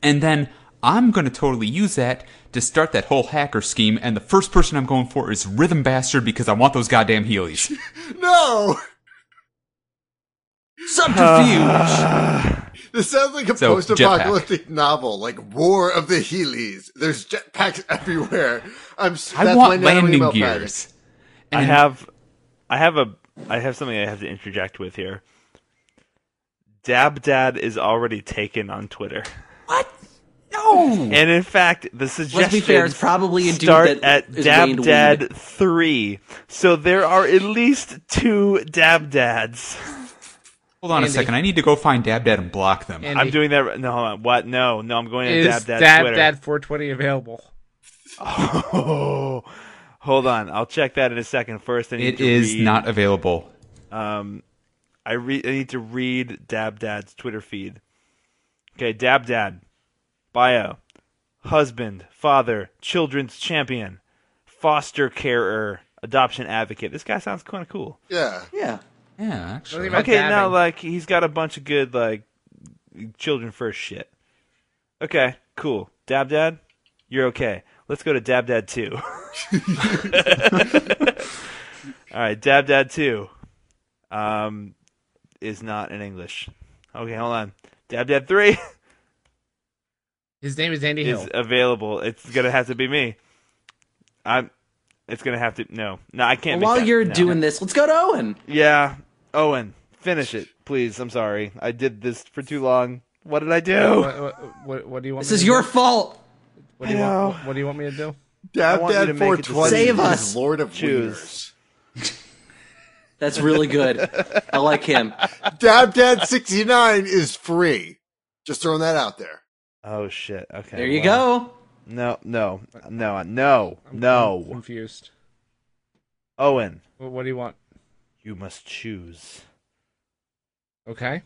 Speaker 1: And then I'm going to totally use that to start that whole hacker scheme. And the first person I'm going for is Rhythm Bastard because I want those goddamn Heelys.
Speaker 5: No,
Speaker 1: Subterfuge!
Speaker 5: this sounds like a
Speaker 1: So,
Speaker 5: post-apocalyptic novel, like War of the Heelys. There's jetpacks everywhere. I'm. s-
Speaker 1: I
Speaker 5: that's my
Speaker 1: want
Speaker 5: nano
Speaker 1: landing
Speaker 5: email pattern.
Speaker 1: gears.
Speaker 3: I
Speaker 1: And-
Speaker 3: have, I have a, I have something I have to interject with here. Dab dad is already taken on Twitter,
Speaker 6: What? No.
Speaker 3: and in fact, the suggestion.
Speaker 6: Let's be fair. It's probably a dude
Speaker 3: Start
Speaker 6: that
Speaker 3: at
Speaker 6: is
Speaker 3: Dab
Speaker 6: waned
Speaker 3: Dad
Speaker 6: weed.
Speaker 3: 3. So there are at least two Dab Dads.
Speaker 1: Hold on a second. I need to go find Dab Dad and block them.
Speaker 2: And
Speaker 3: I'm doing that. Right, no, hold on, what? No, no, I'm going to
Speaker 2: is
Speaker 3: Dab Dad's Twitter.
Speaker 2: Dad 420 available?
Speaker 3: Oh, hold on. I'll check that in a second. First, I need
Speaker 1: it
Speaker 3: to
Speaker 1: is
Speaker 3: read,
Speaker 1: not available.
Speaker 3: I read. I need to read Dab Dad's Twitter feed. Okay, Dab Dad, bio, husband, father, children's champion, foster carer, adoption advocate. This guy sounds kind of cool.
Speaker 5: Yeah.
Speaker 6: Yeah.
Speaker 1: Yeah, actually.
Speaker 2: Something about
Speaker 3: okay, now
Speaker 2: dabbing.
Speaker 3: like he's got a bunch of good like children first shit. Okay, cool. Dab Dad, you're okay. Let's go to Dab Dad Two. All right, Dab Dad Two, um, is not in English. Okay, hold on. Dab Dad Three.
Speaker 2: His name is Andy
Speaker 3: is
Speaker 2: Hill.
Speaker 3: available, it's gonna have to be me. I'm. It's gonna have to no, no. I can't. make
Speaker 6: While
Speaker 3: that-
Speaker 6: you're
Speaker 3: no.
Speaker 6: doing this, let's go to Owen.
Speaker 3: yeah, Owen, finish it, please. I'm sorry, I did this for too long. What did I do?
Speaker 2: What, what, what, what do you want?
Speaker 6: This
Speaker 2: me
Speaker 6: is
Speaker 2: to
Speaker 6: your
Speaker 2: Do?
Speaker 6: fault.
Speaker 2: What do you
Speaker 3: I
Speaker 2: want?
Speaker 3: know.
Speaker 2: What, what do you want me to do?
Speaker 5: Dab
Speaker 3: want you to
Speaker 5: Dad
Speaker 3: make a
Speaker 5: 420
Speaker 6: decision. Save
Speaker 5: is
Speaker 6: us.
Speaker 5: Lord of
Speaker 3: Choose.
Speaker 6: That's really good. I like him.
Speaker 5: Wieners. Dab Dad 69 is free. Just throwing that out there.
Speaker 3: Oh shit. Okay.
Speaker 6: There you
Speaker 3: well,
Speaker 6: go.
Speaker 3: No, no, no, no,
Speaker 2: I'm- I'm
Speaker 3: no.
Speaker 2: confused.
Speaker 3: Owen,
Speaker 2: What, what do you want?
Speaker 3: you must choose.
Speaker 2: Okay.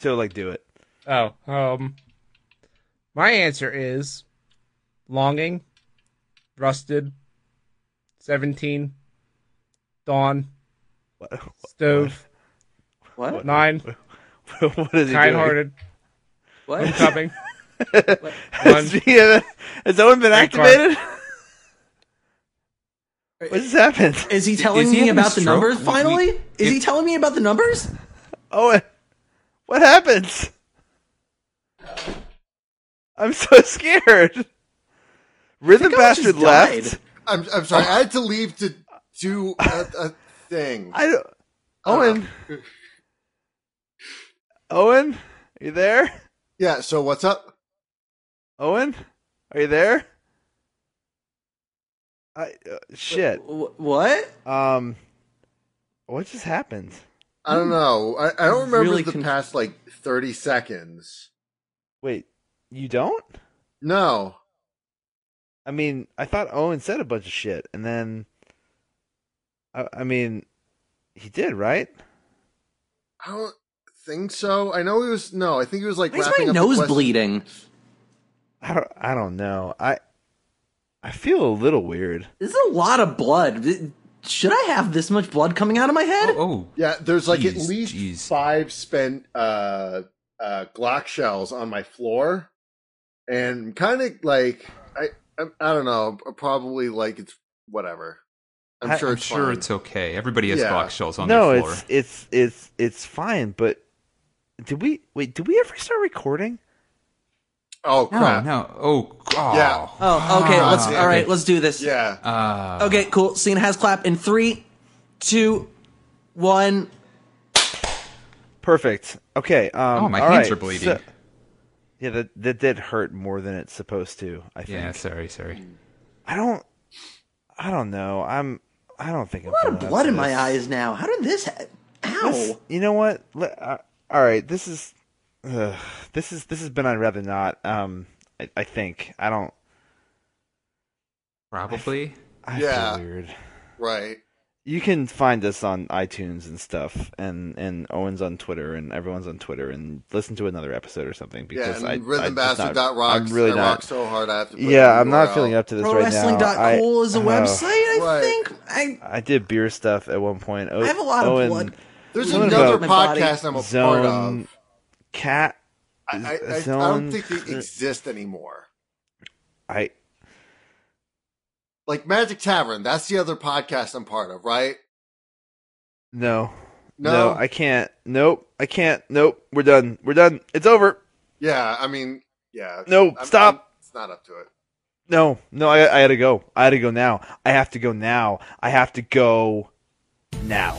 Speaker 3: So like, do it.
Speaker 2: Oh, um, my answer is longing, rusted, seventeen, dawn,
Speaker 3: What?
Speaker 2: stove,
Speaker 6: What?
Speaker 2: nine,
Speaker 3: What is he doing?
Speaker 2: kind-hearted,
Speaker 6: What?
Speaker 2: cupping. One.
Speaker 3: Has, he, uh, has Owen been
Speaker 2: Thank God.
Speaker 3: activated? what just happened?
Speaker 6: Is he telling
Speaker 1: Is he
Speaker 6: me
Speaker 1: having a
Speaker 6: about the
Speaker 1: stroke?
Speaker 6: numbers
Speaker 1: We- we-
Speaker 6: finally? is he
Speaker 1: if-
Speaker 6: telling me about the numbers?
Speaker 3: Owen, what happens? I'm so scared. Rhythm
Speaker 6: Owen
Speaker 3: bastard
Speaker 6: just
Speaker 3: left.
Speaker 6: died.
Speaker 5: I'm, I'm sorry. I had to leave to do a, a thing. Uh,
Speaker 3: I don't. Owen. Owen, are you there?
Speaker 5: Yeah, so what's up?
Speaker 3: Owen, are you there? I uh, shit.
Speaker 6: Wh- What?
Speaker 3: Um, what just happened?
Speaker 5: I
Speaker 3: Hmm.
Speaker 5: don't know. I, I don't remember
Speaker 6: Really
Speaker 5: the
Speaker 6: conf-
Speaker 5: past like 30 seconds.
Speaker 3: Wait, you don't?
Speaker 5: No.
Speaker 3: I mean, I thought Owen said a bunch of shit, and then, I, I mean, he did, right?
Speaker 5: I don't think so. I know he was no. I think he was like
Speaker 6: Why is
Speaker 5: wrapping
Speaker 6: my
Speaker 5: up the
Speaker 6: nose
Speaker 5: question-
Speaker 6: bleeding?
Speaker 3: I don't, I don't know. I, I feel a little weird.
Speaker 6: This is a lot of blood. Th- Should I have this much blood coming out of my head?
Speaker 1: Oh,
Speaker 5: Yeah, there's like at
Speaker 1: Jeez,
Speaker 5: least
Speaker 1: jeez.
Speaker 5: five spent uh, uh, Glock shells on my floor, and kind of like I, I I don't know. Probably like it's whatever. I'm
Speaker 3: I-
Speaker 5: sure.
Speaker 3: I'm
Speaker 5: it's
Speaker 8: sure
Speaker 5: fine.
Speaker 8: it's okay. Everybody has
Speaker 5: Yeah.
Speaker 8: box shells on
Speaker 3: no,
Speaker 8: their floor.
Speaker 3: it's it's it's it's fine. But did we wait? Did we ever start recording?
Speaker 5: Oh
Speaker 1: no,
Speaker 5: crap!
Speaker 1: no. Oh, oh. Uh,
Speaker 5: Yeah. Oh.
Speaker 6: Oh, okay. let's
Speaker 5: okay.
Speaker 6: all right. Let's do this.
Speaker 5: Yeah,
Speaker 6: Okay. Cool. Scene has clap in three, two, one.
Speaker 3: Perfect. Okay. Um,
Speaker 1: Oh, my
Speaker 3: all
Speaker 1: hands
Speaker 3: right,
Speaker 1: are bleeding.
Speaker 3: so- yeah, that that did hurt more than it's supposed to. I think.
Speaker 1: Yeah, sorry, sorry.
Speaker 5: Mm.
Speaker 3: I don't. I don't know. I'm. I don't think I'm.
Speaker 6: A lot
Speaker 3: feeling
Speaker 6: of
Speaker 3: up
Speaker 6: blood
Speaker 3: to
Speaker 6: in my
Speaker 3: this.
Speaker 6: eyes now. How did this? Ha-
Speaker 3: This-
Speaker 6: Ow!
Speaker 3: you know what? Le- uh, all right, this is ugh, this is this has been I'd rather not. Um, I, I think I don't.
Speaker 1: Probably.
Speaker 3: I
Speaker 5: Yeah.
Speaker 3: feel weird.
Speaker 5: right.
Speaker 3: You can find us on iTunes and stuff, and and Owen's on Twitter, and everyone's on Twitter, and listen to another episode or something
Speaker 5: Yeah,
Speaker 3: because
Speaker 5: and
Speaker 3: I, I
Speaker 5: Rhythm
Speaker 3: just
Speaker 5: Bastard
Speaker 3: not,
Speaker 5: dot rocks.
Speaker 3: I'm really
Speaker 5: I
Speaker 3: not.
Speaker 5: rock so hard. I have to. Put
Speaker 3: yeah,
Speaker 5: the
Speaker 3: I'm not
Speaker 5: URL.
Speaker 3: feeling up to this
Speaker 6: Pro
Speaker 3: right now. I-
Speaker 6: Wrestling.cool is a
Speaker 3: oh,
Speaker 6: website. I
Speaker 5: Right.
Speaker 6: think I,
Speaker 3: I did beer stuff at one point. O-
Speaker 6: I have a lot of
Speaker 3: Owen,
Speaker 6: blood.
Speaker 5: There's
Speaker 3: Something
Speaker 5: another
Speaker 3: about
Speaker 6: my body.
Speaker 5: podcast I'm a part
Speaker 3: Zone
Speaker 5: of.
Speaker 3: cat.
Speaker 5: I, I, I, I
Speaker 3: zone-
Speaker 5: don't think they exist anymore.
Speaker 3: I
Speaker 5: Like Magic Tavern, that's the other podcast I'm part of, right?
Speaker 3: No.
Speaker 5: No?
Speaker 3: I can't. Nope. I can't. Nope. We're done. We're done. It's over.
Speaker 5: Yeah, I mean, yeah.
Speaker 3: No, stop.
Speaker 5: it's not up to it.
Speaker 3: No. No, I, I had to go. I had to go now. I have to go now. I have to go now.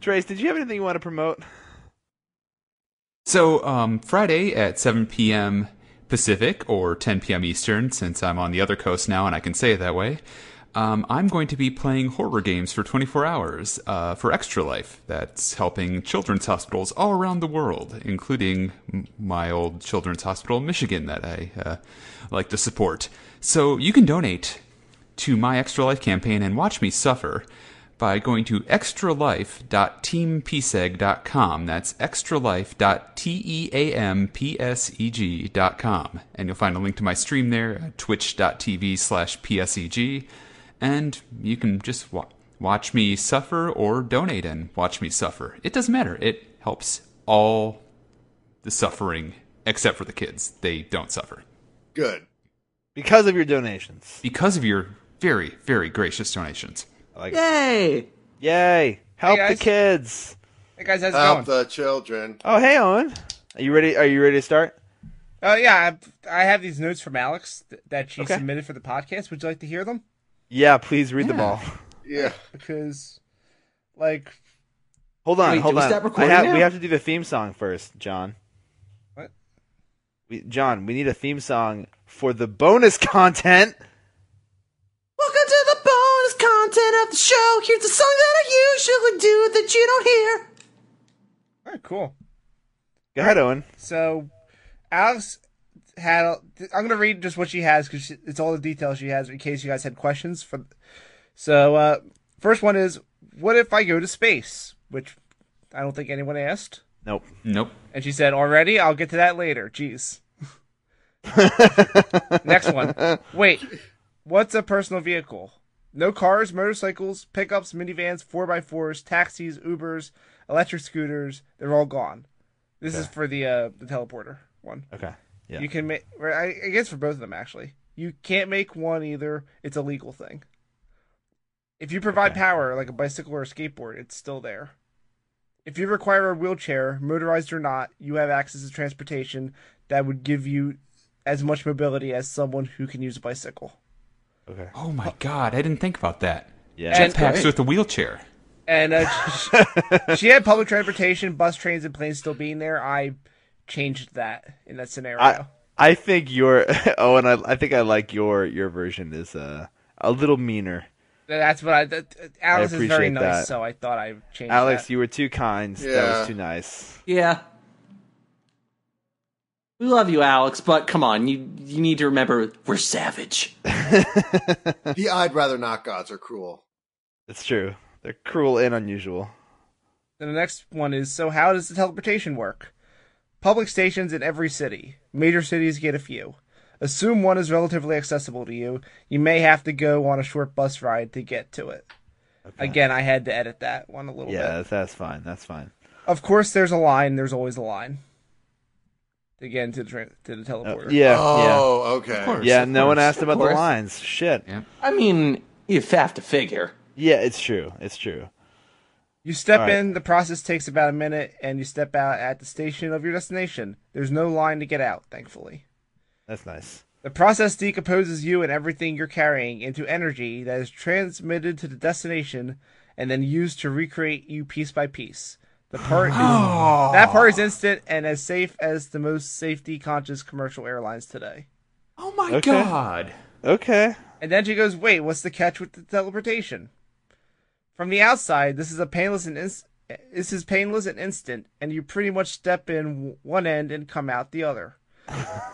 Speaker 3: Trace, did you have anything you want to promote?
Speaker 1: So, um, Friday at 7 p.m. Pacific or 10 p.m. Eastern, since I'm on the other coast now and I can say it that way, um, I'm going to be playing horror games for 24 hours uh, for Extra Life. That's helping children's hospitals all around the world, including m- my old children's hospital in Michigan that I uh, like to support. So you can donate to my Extra Life campaign and watch me suffer by going to extralife.teampseg.com. That's extralife.teampseg.com. And you'll find a link to my stream there at twitch.tv slash pseg. And you can just wa- watch me suffer or donate and watch me suffer. It doesn't matter. It helps all the suffering except for the kids. They don't suffer.
Speaker 5: Good.
Speaker 3: because of your donations.
Speaker 1: Because of your very, very gracious donations.
Speaker 6: Yay!
Speaker 3: Yay! Help
Speaker 2: Hey,
Speaker 3: the
Speaker 2: guys.
Speaker 3: kids.
Speaker 2: Hey guys, how's it
Speaker 5: Help
Speaker 6: Um,
Speaker 2: going?
Speaker 5: the children.
Speaker 3: Oh, hey, Owen. Are you ready? Are you ready to start?
Speaker 2: Oh yeah, I, I have these notes from Alex th- that she
Speaker 3: Okay.
Speaker 2: submitted for the podcast. Would you like to hear them?
Speaker 3: Yeah, please read them
Speaker 1: Yeah.
Speaker 3: all.
Speaker 5: Yeah.
Speaker 2: Because, like,
Speaker 3: Hold on,
Speaker 6: Wait,
Speaker 3: hold
Speaker 6: did we
Speaker 3: on.
Speaker 6: stop recording
Speaker 3: I have,
Speaker 6: now?
Speaker 3: We have to do the theme song first, John.
Speaker 2: What?
Speaker 3: We, John, we need a theme song for the bonus content.
Speaker 6: Welcome to the bonus content of the show. Here's a song that I usually do that you don't hear.
Speaker 2: all right, cool.
Speaker 3: Go ahead, Owen.
Speaker 2: So, Alex had. a- I'm gonna read just what she has because it's all the details she has in case you guys had questions. For so, uh, first one is, what if I go to space? Which I don't think anyone asked.
Speaker 3: Nope.
Speaker 1: Nope.
Speaker 2: And she said, already? I'll get to that later. Jeez. Next one. Wait, what's a personal vehicle? No cars, motorcycles, pickups, minivans, 4x4s, taxis, Ubers, electric scooters. They're all gone. This is for the uh, the teleporter one.
Speaker 3: Okay. Yeah.
Speaker 2: You can make, I I guess for both of them actually. You can't make one either. It's a legal thing. If you provide power, like a bicycle or a skateboard, it's still there. If you require a wheelchair, motorized or not, you have access to transportation that would give you as much mobility as someone who can use a bicycle.
Speaker 3: Okay.
Speaker 1: Oh my god, I didn't think about that.
Speaker 3: Yeah.
Speaker 2: And-
Speaker 1: Jetpacks with a wheelchair.
Speaker 2: And uh, sh- she had public transportation, bus, trains, and planes still being there. I changed that in that scenario.
Speaker 3: I I think your Owen. I I think I like your your version is uh, a little meaner.
Speaker 2: That's what I. That, Alex is very
Speaker 3: appreciate
Speaker 2: nice,
Speaker 3: that.
Speaker 2: so I thought I changed.
Speaker 3: Alex,
Speaker 2: that.
Speaker 3: you were too kind. That
Speaker 5: Yeah.
Speaker 3: was too nice.
Speaker 6: Yeah. We love you, Alex, but come on, you you need to remember we're savage.
Speaker 5: The I'd rather not gods are cruel.
Speaker 3: It's true. They're cruel and unusual.
Speaker 2: Then the next one is so how does the teleportation work? Public stations in every city. Major cities get a few. Assume one is relatively accessible to you. You may have to go on a short bus ride to get to it. Again, I had to edit that one a little
Speaker 3: Yeah,
Speaker 2: bit.
Speaker 3: that's, that's fine. That's fine.
Speaker 2: Of course, there's a line. There's always a line. Again, to the, tra- to the
Speaker 3: Uh,
Speaker 2: teleporter.
Speaker 3: yeah.
Speaker 5: Oh, okay.
Speaker 1: Of course.
Speaker 3: yeah. Yeah.
Speaker 1: of
Speaker 3: No one
Speaker 1: course.
Speaker 3: asked about the
Speaker 6: course.
Speaker 3: lines. Shit.
Speaker 1: Yeah.
Speaker 6: I mean, you have to figure.
Speaker 3: Yeah, it's true. It's true.
Speaker 2: You step
Speaker 3: All right.
Speaker 2: in, the process takes about a minute, and you step out at the station of your destination. There's no line to get out, thankfully.
Speaker 3: That's nice.
Speaker 2: The process decomposes you and everything you're carrying into energy that is transmitted to the destination and then used to recreate you piece by piece. The part
Speaker 1: Oh.
Speaker 3: Oh.
Speaker 2: that part is instant and as safe as the most safety conscious commercial airlines today.
Speaker 1: Oh my
Speaker 3: Okay.
Speaker 1: god.
Speaker 3: Okay.
Speaker 2: And then she goes, "Wait, what's the catch with the teleportation?" From the outside, this is a painless and ins- this is painless and instant, and you pretty much step in w- one end and come out the other.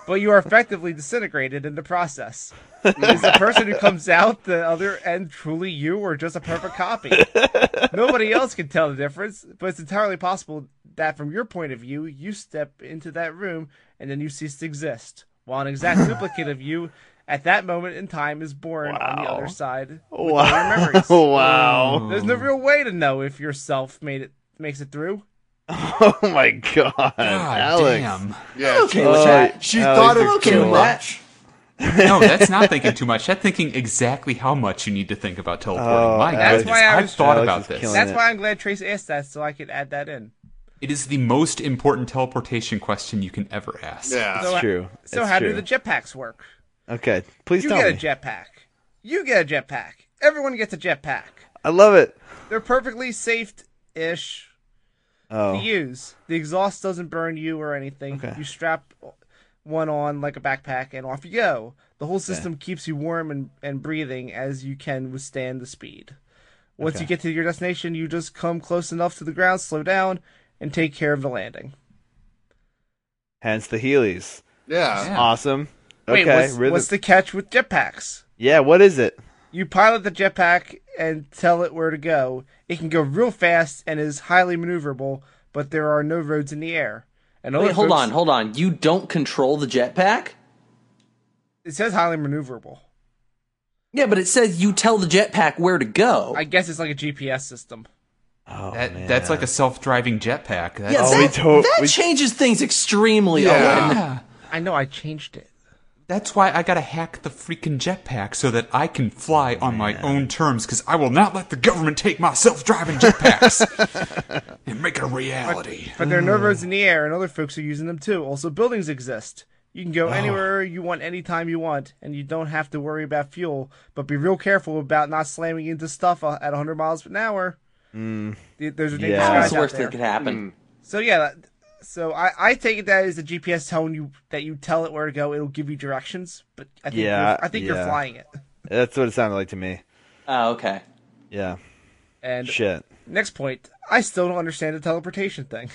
Speaker 2: but you are effectively disintegrated in the process. Is the person who comes out the other end truly you, or just a perfect copy? Nobody else can tell the difference, but it's entirely possible that from your point of view, you step into that room and then you cease to exist, while an exact duplicate of you at that moment in time is born on the
Speaker 3: Wow.
Speaker 2: other side. with all your
Speaker 3: Wow.
Speaker 2: memories.
Speaker 3: wow.
Speaker 2: There's no real way to know if yourself made it makes it through.
Speaker 3: Oh my god.
Speaker 1: God
Speaker 3: Uh, Alex.
Speaker 1: damn.
Speaker 5: Yeah.
Speaker 6: Okay,
Speaker 5: she-
Speaker 6: with that.
Speaker 5: She
Speaker 3: Alex
Speaker 5: thought
Speaker 3: oh, is
Speaker 5: it
Speaker 6: Okay,
Speaker 5: too
Speaker 6: with
Speaker 5: much.
Speaker 6: that.
Speaker 1: No, that's not thinking too much. That's thinking exactly how much you need to think about teleporting.
Speaker 3: Oh,
Speaker 1: my
Speaker 3: Alex-
Speaker 1: goodness,
Speaker 2: That's why I
Speaker 1: I've
Speaker 2: was-
Speaker 1: thought
Speaker 3: Alex
Speaker 1: about
Speaker 3: is
Speaker 1: this.
Speaker 3: killing
Speaker 2: That's
Speaker 3: it.
Speaker 2: why I'm glad Trace asked that, so I could add that in.
Speaker 1: It is the most important teleportation question you can ever ask.
Speaker 5: Yeah.
Speaker 2: So I-
Speaker 3: true.
Speaker 2: So
Speaker 3: It's
Speaker 2: how
Speaker 3: true.
Speaker 2: do the jetpacks work?
Speaker 3: Okay. Please
Speaker 2: you
Speaker 3: tell
Speaker 2: get
Speaker 3: me.
Speaker 2: a jetpack. You get a jetpack. Everyone gets a jetpack.
Speaker 3: I love it.
Speaker 2: They're perfectly safe ish to
Speaker 3: Oh.
Speaker 2: use. The exhaust doesn't burn you or anything. You strap one on like a backpack and off you go. The whole system keeps you warm and, and breathing as you can withstand the speed. Once you get to your destination, you just come close enough to the ground, slow down, and take care of the landing.
Speaker 3: Hence the Heelys.
Speaker 5: Yeah.
Speaker 3: Awesome. Okay.
Speaker 2: Wait, what's,
Speaker 3: rhythm-
Speaker 2: what's the catch with jetpacks?
Speaker 3: Yeah, what is it?
Speaker 2: You pilot the jetpack and tell it where to go. It can go real fast and is highly maneuverable, but there are no roads in the air. And all
Speaker 6: Wait,
Speaker 2: the
Speaker 6: hold
Speaker 2: roads-
Speaker 6: on, hold on. You don't control the jetpack?
Speaker 2: It says highly maneuverable.
Speaker 6: Yeah, but it says you tell the jetpack where to go.
Speaker 2: I guess it's like a GPS system.
Speaker 3: Oh,
Speaker 1: That,
Speaker 3: man.
Speaker 1: That's like a self-driving jetpack. That,
Speaker 6: yeah,
Speaker 3: Oh,
Speaker 6: that,
Speaker 3: we to-
Speaker 6: that
Speaker 3: we-
Speaker 6: changes things
Speaker 3: Oh,
Speaker 6: extremely.
Speaker 5: Yeah.
Speaker 6: Owen.
Speaker 1: Yeah.
Speaker 2: I know I changed it.
Speaker 1: That's why I gotta hack the freaking jetpack so that I can fly on my own terms, because I will not let the government take my self-driving jetpacks and make it a reality.
Speaker 2: But there are
Speaker 3: Hmm.
Speaker 2: no roads in the air, and other folks are using them too. Also, buildings exist. You can
Speaker 3: Oh.
Speaker 2: go anywhere you want, anytime you want, and you don't have to worry about fuel. But be real careful about not slamming into stuff uh, at 100 miles an hour. Th- There's a dangerous
Speaker 3: Hmm. Yeah.
Speaker 6: That's
Speaker 2: guys
Speaker 6: the
Speaker 2: out
Speaker 6: worst
Speaker 2: there.
Speaker 6: that could happen.
Speaker 2: So yeah, that- so I, I take it that is the GPS telling you that you tell it where to go. It'll give you directions, but I think
Speaker 3: Yeah,
Speaker 2: you're, I think you're
Speaker 3: yeah.
Speaker 2: flying it.
Speaker 3: That's what it sounded like to me.
Speaker 6: Oh, okay.
Speaker 3: Yeah.
Speaker 2: And
Speaker 3: Shit.
Speaker 2: next point, I still don't understand the teleportation thing.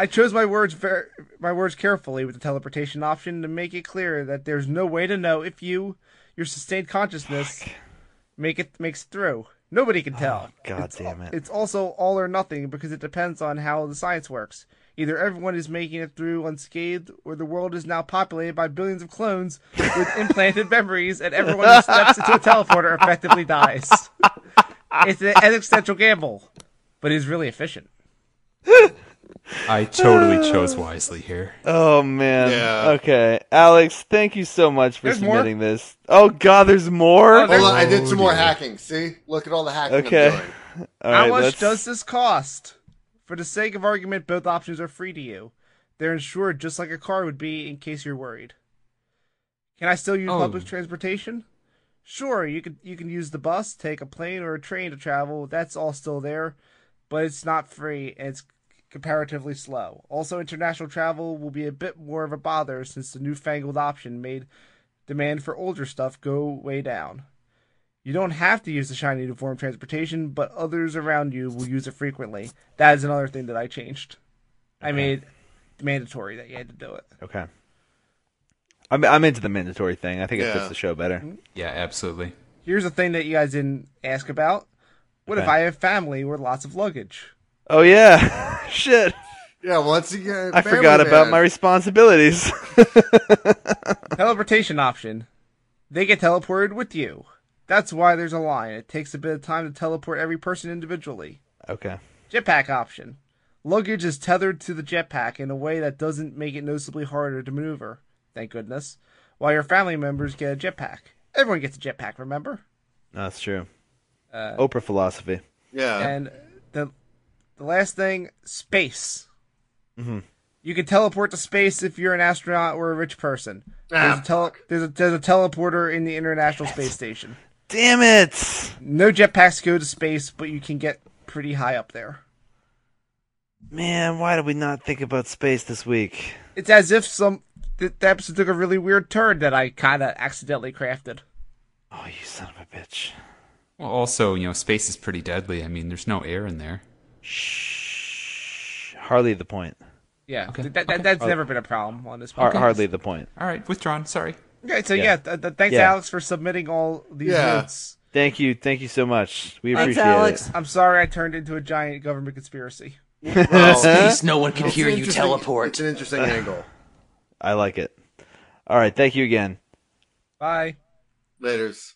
Speaker 2: I chose my words ver- my words carefully with the teleportation option to make it clear that there's no way to know if you your sustained consciousness make it makes it through. Nobody can tell.
Speaker 3: Oh, God
Speaker 2: it's,
Speaker 3: damn it.
Speaker 2: It's also all or nothing because it depends on how the science works. Either everyone is making it through unscathed, or the world is now populated by billions of clones with implanted memories, and everyone who steps into a teleporter effectively dies. It's an existential gamble, but it's really efficient.
Speaker 1: I totally chose wisely here.
Speaker 3: Oh man.
Speaker 5: Yeah.
Speaker 3: Okay, Alex, thank you so much for
Speaker 2: There's more?
Speaker 3: submitting this. Oh God, there's more.
Speaker 2: Oh,
Speaker 5: Hold
Speaker 2: there's-
Speaker 5: on, I did some more hacking. See, look at all the hacking
Speaker 3: Okay.
Speaker 5: I'm doing.
Speaker 3: All
Speaker 2: How
Speaker 3: right,
Speaker 2: much
Speaker 3: let's-
Speaker 2: does this cost? For the sake of argument, both options are free to you. They're insured just like a car would be in case you're worried. Can I still use
Speaker 1: Oh.
Speaker 2: public transportation? Sure, you can you can use the bus, take a plane or a train to travel. That's all still there, but it's not free and it's comparatively slow. Also, international travel will be a bit more of a bother since the newfangled option made demand for older stuff go way down. You don't have to use the shiny uniform transportation, but others around you will use it frequently. That is another thing that I changed. I made it mandatory that you had to do it.
Speaker 3: Okay. I'm I'm into the mandatory thing. I think it
Speaker 5: Yeah.
Speaker 3: fits the show better.
Speaker 1: Yeah, absolutely.
Speaker 2: Here's a thing that you guys didn't ask about. What if
Speaker 3: Okay.
Speaker 2: I have family with lots of luggage?
Speaker 3: Oh yeah. Shit.
Speaker 5: Yeah, once again,
Speaker 3: I
Speaker 5: Family
Speaker 3: forgot about
Speaker 5: Man.
Speaker 3: my responsibilities.
Speaker 2: Teleportation option. They get teleported with you. That's why there's a line. It takes a bit of time to teleport every person individually.
Speaker 3: okay.
Speaker 2: Jetpack option. Luggage is tethered to the jetpack in a way that doesn't make it noticeably harder to maneuver, thank goodness, while your family members get a jetpack. Everyone gets a jetpack, remember?
Speaker 3: That's true.
Speaker 6: Uh,
Speaker 3: Oprah philosophy.
Speaker 5: Yeah.
Speaker 2: And the the last thing, space. You can teleport to space if you're an astronaut or a rich person. There's a, tele- there's a, there's a teleporter in the International Space Station.
Speaker 3: Damn it.
Speaker 2: No jetpacks go to space, but you can get pretty high up there.
Speaker 3: Man, why did we not think about space this week?
Speaker 2: It's as if some th- the episode took a really weird turn that I kind of accidentally crafted.
Speaker 3: Oh, you son of a bitch.
Speaker 1: Well, also, you know, space is pretty deadly. I mean, there's no air in there.
Speaker 3: Shh. Hardly the point.
Speaker 2: Yeah, th- that, that, that's never been a problem on this
Speaker 3: Har-
Speaker 2: podcast.
Speaker 3: Hardly the point.
Speaker 1: All right, withdrawn. Sorry.
Speaker 2: Okay, so yeah, th- th- thanks
Speaker 3: Yeah.
Speaker 2: Alex for submitting all these
Speaker 5: Yeah.
Speaker 2: notes.
Speaker 3: Thank you. Thank you so much. We
Speaker 6: Thanks,
Speaker 3: appreciate
Speaker 6: Alex.
Speaker 3: it.
Speaker 2: I'm sorry I turned into a giant government conspiracy.
Speaker 6: Space, no one can hear you
Speaker 5: Interesting-
Speaker 6: teleport.
Speaker 5: It's an interesting angle.
Speaker 3: I like it. All right. Thank you again.
Speaker 2: Bye.
Speaker 5: Later's.